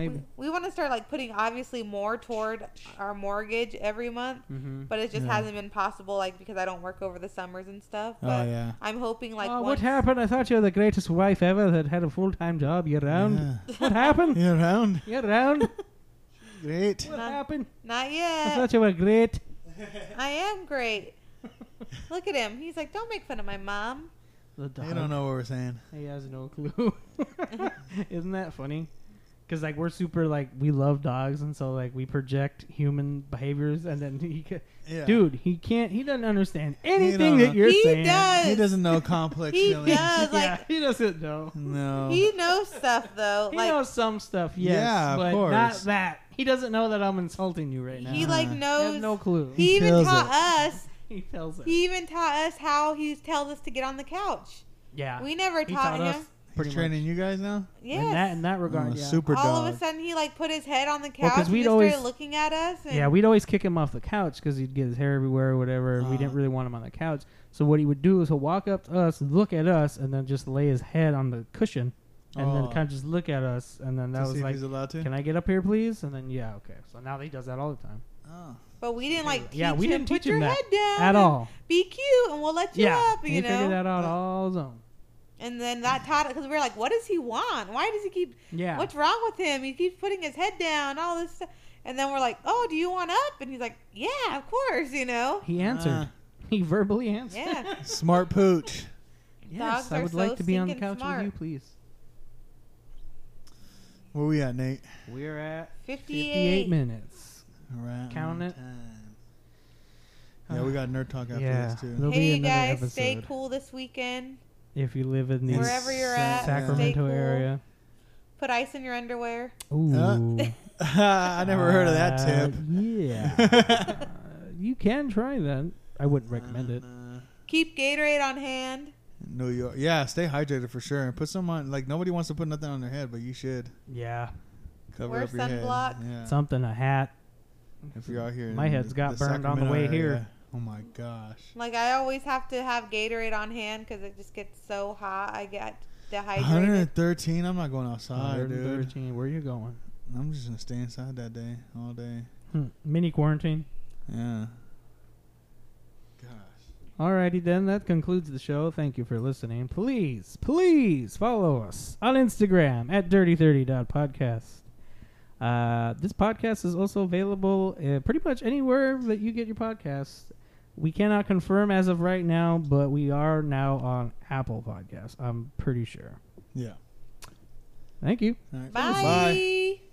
Maybe.
We want to start like putting obviously more toward our mortgage every month,
Mm-hmm.
but it just
Yeah.
hasn't been possible like because I don't work over the summers and stuff. But
oh yeah.
I'm hoping like
oh, what
once-
happened? I thought you were the greatest wife ever that had a full time job year round. What happened?
Yeah, round.
Year round?
Great.
What
Nah.
happened?
Not
I
yet.
thought you were great.
I am great. Look at him. He's like, don't make fun of my mom.
The
I don't know what we're saying.
He has no clue. Isn't that funny? Because like we're super like we love dogs and so like we project human behaviors and then he ca-
Yeah.
dude he can't he doesn't understand
don't
anything
know.
that you're
he
saying.
does.
He doesn't know complex
He
feelings.
does.
yeah,
Like
he doesn't know.
No.
he knows stuff though.
He
like
knows some stuff, yes,
Yeah, of
but not
course.
that. He doesn't know that I'm insulting you right now.
he like
Nah.
I
knows.
have no clue.
he,
He
even
feels
taught
it.
us.
he tells us.
He even taught us how he tells us to get on the couch.
yeah,
We never
he
taught, him.
us pretty
He's training
much.
you guys now.
Yes.
In that in that regard,
Oh,
yeah.
Super
All
dog.
of a sudden, he like put his head on the
Well, 'cause
couch and
we'd
just
always-
started looking at us. And
Yeah, we'd always kick him off the couch because he'd get his hair everywhere or whatever. and We didn't
Uh-huh.
really want him on the couch. So what he would do is he'll walk up to us, look at us, and then just lay his head on the cushion, and then
Oh.
kind of just look at us. And then
to
that
see
was
if
like,
he's allowed to.
"Can I get up here, please?" And then yeah, okay. So now he does that all the time
Oh.
but we didn't like.
Yeah,
teach
we
him,
didn't
put
teach him
your
that
head down
at
and
all.
Be cute, and we'll let you
yeah,
up.
and he
You know.
figured that out all his own.
And then that taught because we were like, what does he want? Why does he keep
Yeah,
What's wrong with him? He keeps putting his head down, all this stuff. And then we're like, oh, do you want up? And he's like, yeah, of course, you know?
he answered.
Ah.
uh,
he verbally answered.
Yeah.
Smart pooch.
yes,
Dogs
I
are
would
so
like to be on the
stinking
couch
smart.
with you, please.
Where we at, Nate?
We're at
58.
58 minutes.
Right.
Count
on
it.
time. Yeah, we got nerd talk after
Yeah.
this too.
There'll be
Hey, you
another
guys,
episode.
stay cool this weekend.
If you live in the
Wherever you're at,
Yeah.
stay
Sacramento
cool.
area.
Put ice in your underwear.
Ooh.
Uh, I never heard of that
Uh,
tip.
Yeah. Uh, you can try that. I wouldn't recommend it.
Keep Gatorade on hand.
New York. Yeah, stay hydrated for sure, and put some on. Like nobody wants to put nothing on their head, but you should
Yeah.
cover
Wear
up your
sunblock.
head. Yeah.
Something, a hat.
if you're out here,
My
in
head's
the-
got
the
burned on the
Sacramento
way
area.
here.
Oh my gosh.
Like, I always have to have Gatorade on hand because it just gets so hot. I get dehydrated.
113. I'm not going outside, dude.
113. Where you going?
I'm just gonna stay inside that day, all day.
Hmm. Mini quarantine.
Yeah. Gosh.
Alrighty then, that concludes the show. Thank you for listening. Please, please follow us on Instagram at dirty30.podcast. Uh, this podcast is also available uh, pretty much anywhere that you get your podcasts. We cannot confirm as of right now, but we are now on Apple Podcasts. I'm pretty sure.
Yeah.
Thank you.
All right.
Bye.
Bye.
Bye.